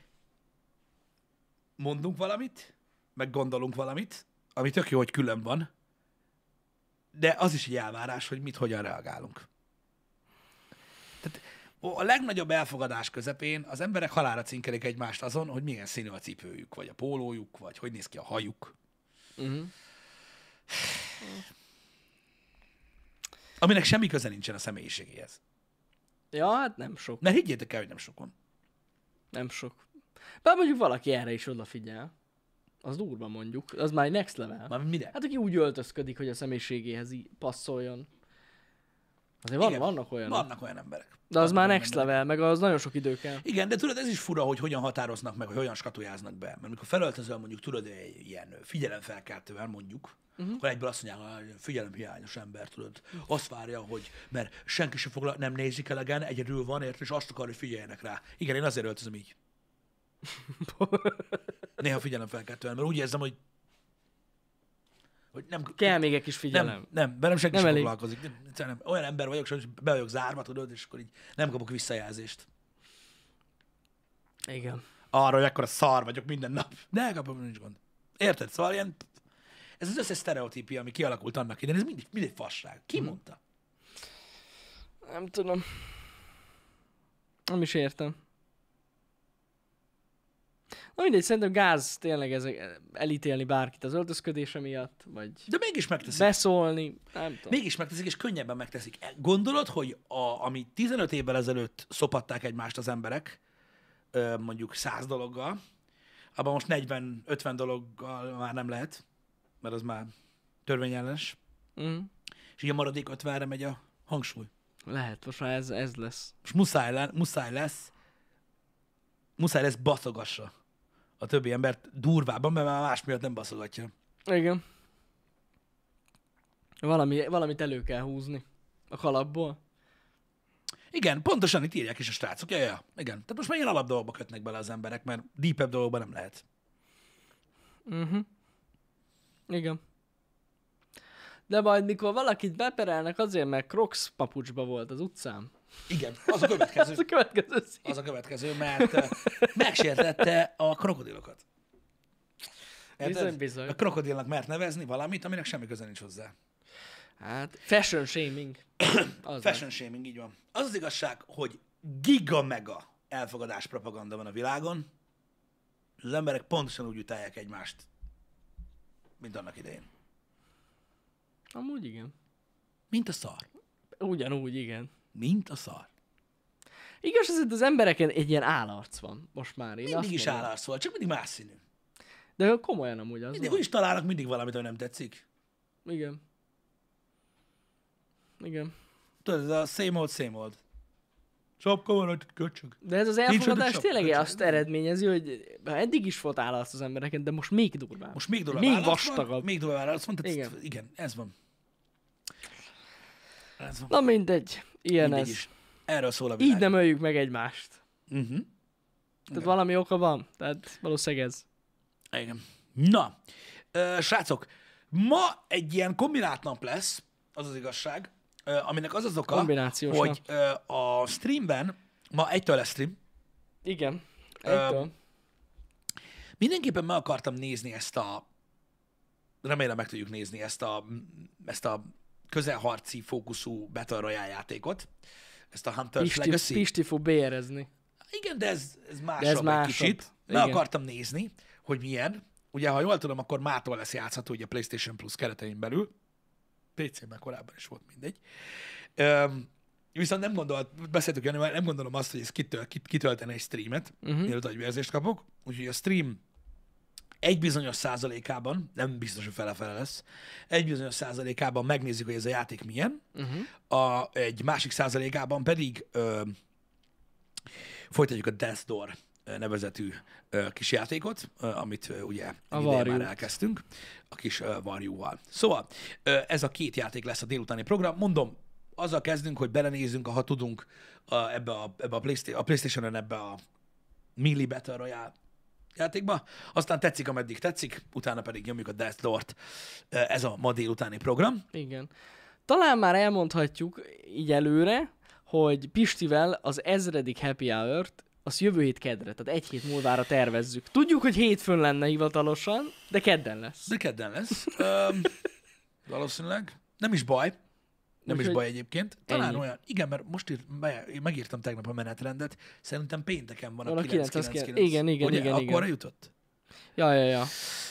S1: mondunk valamit, meg gondolunk valamit, ami tök jó, hogy külön van, de az is egy elvárás, hogy mit, hogyan reagálunk. Tehát a legnagyobb elfogadás közepén az emberek halára cinkelik egymást azon, hogy milyen színű a cipőjük, vagy a pólójuk, vagy hogy néz ki a hajuk.
S2: Uh-huh.
S1: Aminek semmi köze nincsen a személyiségéhez.
S2: Ja, hát nem sok,
S1: Mert higgyétek el, hogy nem sokon.
S2: nem sok. Bár mondjuk valaki erre is odafigyel. Az durva mondjuk, az már egy next level.
S1: Már mire?
S2: Hát aki úgy öltözködik, hogy a személyiségéhez í- passzoljon. Azért van,
S1: Igen.
S2: vannak olyanok.
S1: Vannak olyan emberek.
S2: De az már
S1: Vannak olyan
S2: next
S1: emberek.
S2: level, meg az nagyon sok idő kell.
S1: Igen, de tudod, ez is fura, hogy hogyan határoznak meg, hogy hogyan skatujáznak be. Mert amikor felöltözöl, mondjuk tudod, egy ilyen figyelemfelkeltően mondjuk,
S2: Mhm.
S1: uh-huh. akkor egyből azt mondják, hogy figyelemhiányos ember, tudod. Azt várja, hogy mert senki sem foglal, nem nézik elegen, egyedül van, érted, és azt akar, hogy figyeljenek rá. Igen, én azért öltözöm így. Néha figyelemfelkeltően, mert úgy érzem, hogy hogy nem,
S2: Kell még egy kis figyelem.
S1: nem, nem, velem senki
S2: Nem
S1: nem sem
S2: elég.
S1: foglalkozik. Nem, egyszerűen nem. Olyan ember vagyok, sajnos be vagyok zárva, tudod, és akkor így nem kapok visszajelzést.
S2: Nem. Igen.
S1: Arra, hogy ekkora szar vagyok minden nap. De elkapom, nincs gond. Érted? Szóval ilyen... Ez az összes sztereotípia, ami kialakult annak idején, ez mindig, mindig fasság. Ki mondta?
S2: Nem tudom. Nem is értem. Na mindegy, szerintem gáz tényleg ezek, elítélni bárkit az öltözködése miatt, vagy
S1: De mégis megteszik.
S2: beszólni, nem tudom.
S1: Mégis megteszik, és könnyebben megteszik. Gondolod, hogy a, ami 15 évvel ezelőtt szopatták egymást az emberek, ö, mondjuk 100 dologgal, abban most 40-50 dologgal már nem lehet, mert az már törvényellenes.
S2: Mm.
S1: És így a maradék 50-re megy a hangsúly.
S2: Lehet, most már ez, ez lesz.
S1: És muszáj, le, muszáj lesz, muszáj lesz baszogassa a többi embert durvában, mert már más miatt nem baszogatja.
S2: Igen. Valami, valamit elő kell húzni a kalapból.
S1: Igen, pontosan itt írják is a srácok. Ja, ja, igen. Tehát most már ilyen alap dolgokba kötnek bele az emberek, mert deepebb dolgokba nem lehet.
S2: Mhm. Igen. De majd mikor valakit beperelnek azért, mert Crocs papucsba volt az utcán.
S1: Igen, az a
S2: Ez
S1: következő.
S2: a következő szín.
S1: Az a következő, mert ö, megsértette a krokodilokat. Érted?
S2: Bizony, bizony.
S1: A krokodilnak mert nevezni valamit, aminek semmi köze nincs hozzá.
S2: Hát, fashion shaming. Az
S1: Fashion shaming, így van. Az az igazság, hogy giga-mega elfogadás propaganda van a világon, és az emberek pontosan úgy utálják egymást, mint annak idején.
S2: van. Amúgy igen.
S1: Mint a szar.
S2: Ugyanúgy, igen.
S1: Mint a szar.
S2: Igaz, hogy az embereken egy ilyen állarc van most már. Én azt
S1: Mindig is
S2: mondom.
S1: állás szól, csak mindig más színű.
S2: De komolyan amúgy az.
S1: Mindig
S2: van.
S1: úgy is találnak mindig valamit, ami nem tetszik.
S2: Igen. Igen.
S1: Tudod, ez a same old, same old. Sapka van, hogy köcsög.
S2: De ez az
S1: ötök
S2: elfogadás
S1: sok,
S2: tényleg
S1: nincs
S2: azt eredményezi, hogy eddig is volt állarc az embereken, de most még durvább.
S1: Most még durvább
S2: Még
S1: válasz Van,
S2: vastagabb.
S1: még durvább válasz van, tehát igen.
S2: Igen.
S1: igen, ez van. Ez van.
S2: Na mindegy. Ilyen
S1: Mindegy
S2: ez.
S1: is. Erről szól a világ.
S2: Így nem öljük meg egymást.
S1: Uh-huh.
S2: Tehát valami oka van. Tehát valószínűleg ez.
S1: Igen. Na, ö, srácok, ma egy ilyen kombinált nap lesz, az az igazság, ö, aminek az az oka,
S2: Kombinációs
S1: hogy
S2: nap.
S1: ö, a streamben, ma egytől lesz stream,
S2: Igen. Egytől.
S1: mindenképpen meg akartam nézni ezt a, remélem meg tudjuk nézni ezt a, ezt a közelharci fókuszú Battle Royale játékot, ezt a Hunter
S2: Pisti,
S1: Legacy.
S2: Pisti fog E bérezni.
S1: Igen, de ez, ez másabb
S2: De ez
S1: egy
S2: másabb.
S1: kicsit. Le
S2: Igen.
S1: akartam nézni, hogy milyen. Ugye, ha jól tudom, akkor mától lesz játszható ugye a PlayStation Plus keretein belül. PC-ben korábban is volt mindegy. Üm, viszont nem gondolt, beszéltük Jani, már nem gondolom azt, hogy ez kitöl, kit, kitöltene egy streamet,
S2: Mhm.
S1: uh-huh. mielőtt agyvérzést kapok. Úgyhogy a stream egy bizonyos százalékában, nem biztos, hogy fele-fele lesz, egy bizonyos százalékában megnézzük, hogy ez a játék milyen, uh-huh. a, egy másik százalékában pedig ö, folytatjuk a Death Door ö, nevezetű ö, kis játékot, ö, amit ö, ugye
S2: A
S1: idén már
S2: varjút.
S1: elkezdtünk, a kis ö, varjúval. Szóval ö, ez a két játék lesz a délutáni program. Mondom, azzal kezdünk, hogy belenézzünk, ha tudunk a, ebbe a, ebbe a, Playsta- a PlayStation-en ebbe a Milli Battle Royale játékba, aztán tetszik, ameddig tetszik, utána pedig nyomjuk a Death Lord. Ez a ma délutáni program.
S2: Igen. Talán már elmondhatjuk így előre, hogy Pistivel az ezredik happy hour-t, azt jövő hét kedre, tehát egy hét múlvára tervezzük. Tudjuk, hogy hétfőn lenne hivatalosan, de kedden lesz.
S1: De kedden lesz. Öm, valószínűleg. Nem is baj. Nem is
S2: Úgyhogy
S1: baj egyébként. Talán
S2: ennyi.
S1: olyan. Igen, mert most írt, be- én megírtam tegnap a menetrendet. Szerintem pénteken van a,
S2: Van a
S1: 999.
S2: 999. Igen, igen,
S1: Ugye?
S2: igen, igen.
S1: Akkor jutott?
S2: Ja, ja, ja.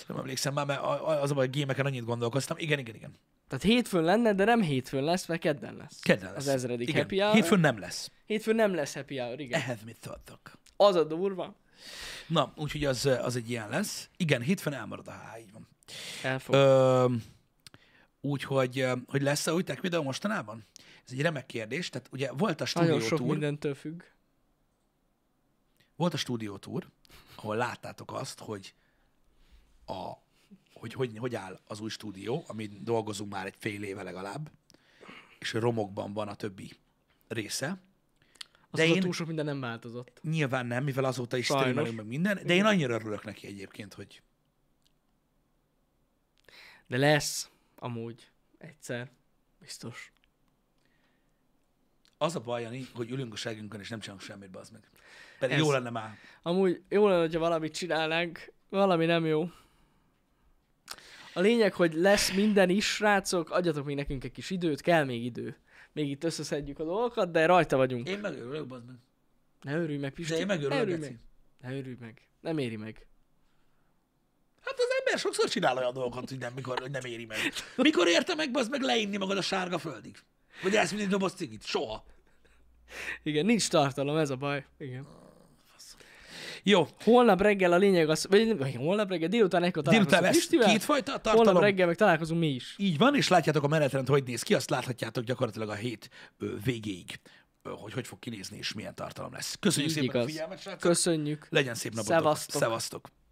S1: Nem emlékszem már, mert a- a- az a baj, a gémeken annyit gondolkoztam. Igen, igen, igen.
S2: Tehát hétfőn lenne, de nem hétfőn lesz, mert kedden lesz.
S1: Kedden lesz.
S2: Az ezredik
S1: igen.
S2: happy hour.
S1: Hétfőn nem lesz.
S2: Hétfőn nem lesz happy hour, igen.
S1: Ehhez mit tartok?
S2: Az a durva.
S1: Na, úgyhogy az, az egy ilyen lesz. Igen, hétfőn elmarad a H, így van.
S2: Elfog.
S1: Ö, úgyhogy ö, hogy lesz-e új tech videó mostanában? Ez egy remek kérdés. Tehát ugye volt a
S2: Nagyon sok
S1: stúdiótúr,
S2: mindentől függ.
S1: volt a stúdiótúr, ahol láttátok azt, hogy a, hogy, hogy, hogy áll az új stúdió, amin dolgozunk már egy fél éve legalább, és romokban van a többi része.
S2: De én...
S1: én-
S2: túl sok minden nem változott.
S1: Nyilván nem, mivel azóta is
S2: Sajnos.
S1: streamelünk meg minden, de én annyira örülök neki egyébként, hogy
S2: De lesz, amúgy. Egyszer. Biztos.
S1: az a baj, Jani, hogy ülünk a segünkön, és nem csinálunk semmit, bazd meg. Pedig
S2: Ez-
S1: jó lenne már.
S2: Amúgy jó lenne, hogyha valamit csinálnánk. Valami nem jó. A lényeg, hogy lesz minden is, srácok. Adjatok még nekünk egy kis időt, kell még idő. Még itt összeszedjük a dolgokat, de rajta vagyunk.
S1: Én megörülök, bazd meg.
S2: Ne örülj meg, Pisti.
S1: De én
S2: ne
S1: megörülök,
S2: örülj
S1: Geci.
S2: meg. Ne örülj meg. Nem éri meg.
S1: Hát az ember sokszor csinál olyan dolgokat, hogy nem, mikor, hogy nem éri meg. Mikor érte meg, az meg leírni magad a sárga földig? Vagy ezt mindig doboz cigit? Soha.
S2: Igen, nincs tartalom, ez a baj. Igen.
S1: Jó,
S2: Holnap reggel a lényeg az, vagy nem, vagy holnap reggel, délután ekkor
S1: délután
S2: találkozunk
S1: lesz
S2: Pistivel.
S1: kétfajta
S2: Holnap
S1: tartalom.
S2: reggel meg találkozunk mi is.
S1: Így van, és látjátok a menetrend, hogy néz ki, azt láthatjátok gyakorlatilag a hét ö, végéig, ö, hogy hogy fog kinézni és milyen tartalom lesz. Köszönjük
S2: Így
S1: szépen a
S2: igaz.
S1: figyelmet, srácok.
S2: Köszönjük.
S1: Legyen szép napotok.
S2: Szevasztok.
S1: Szevasztok.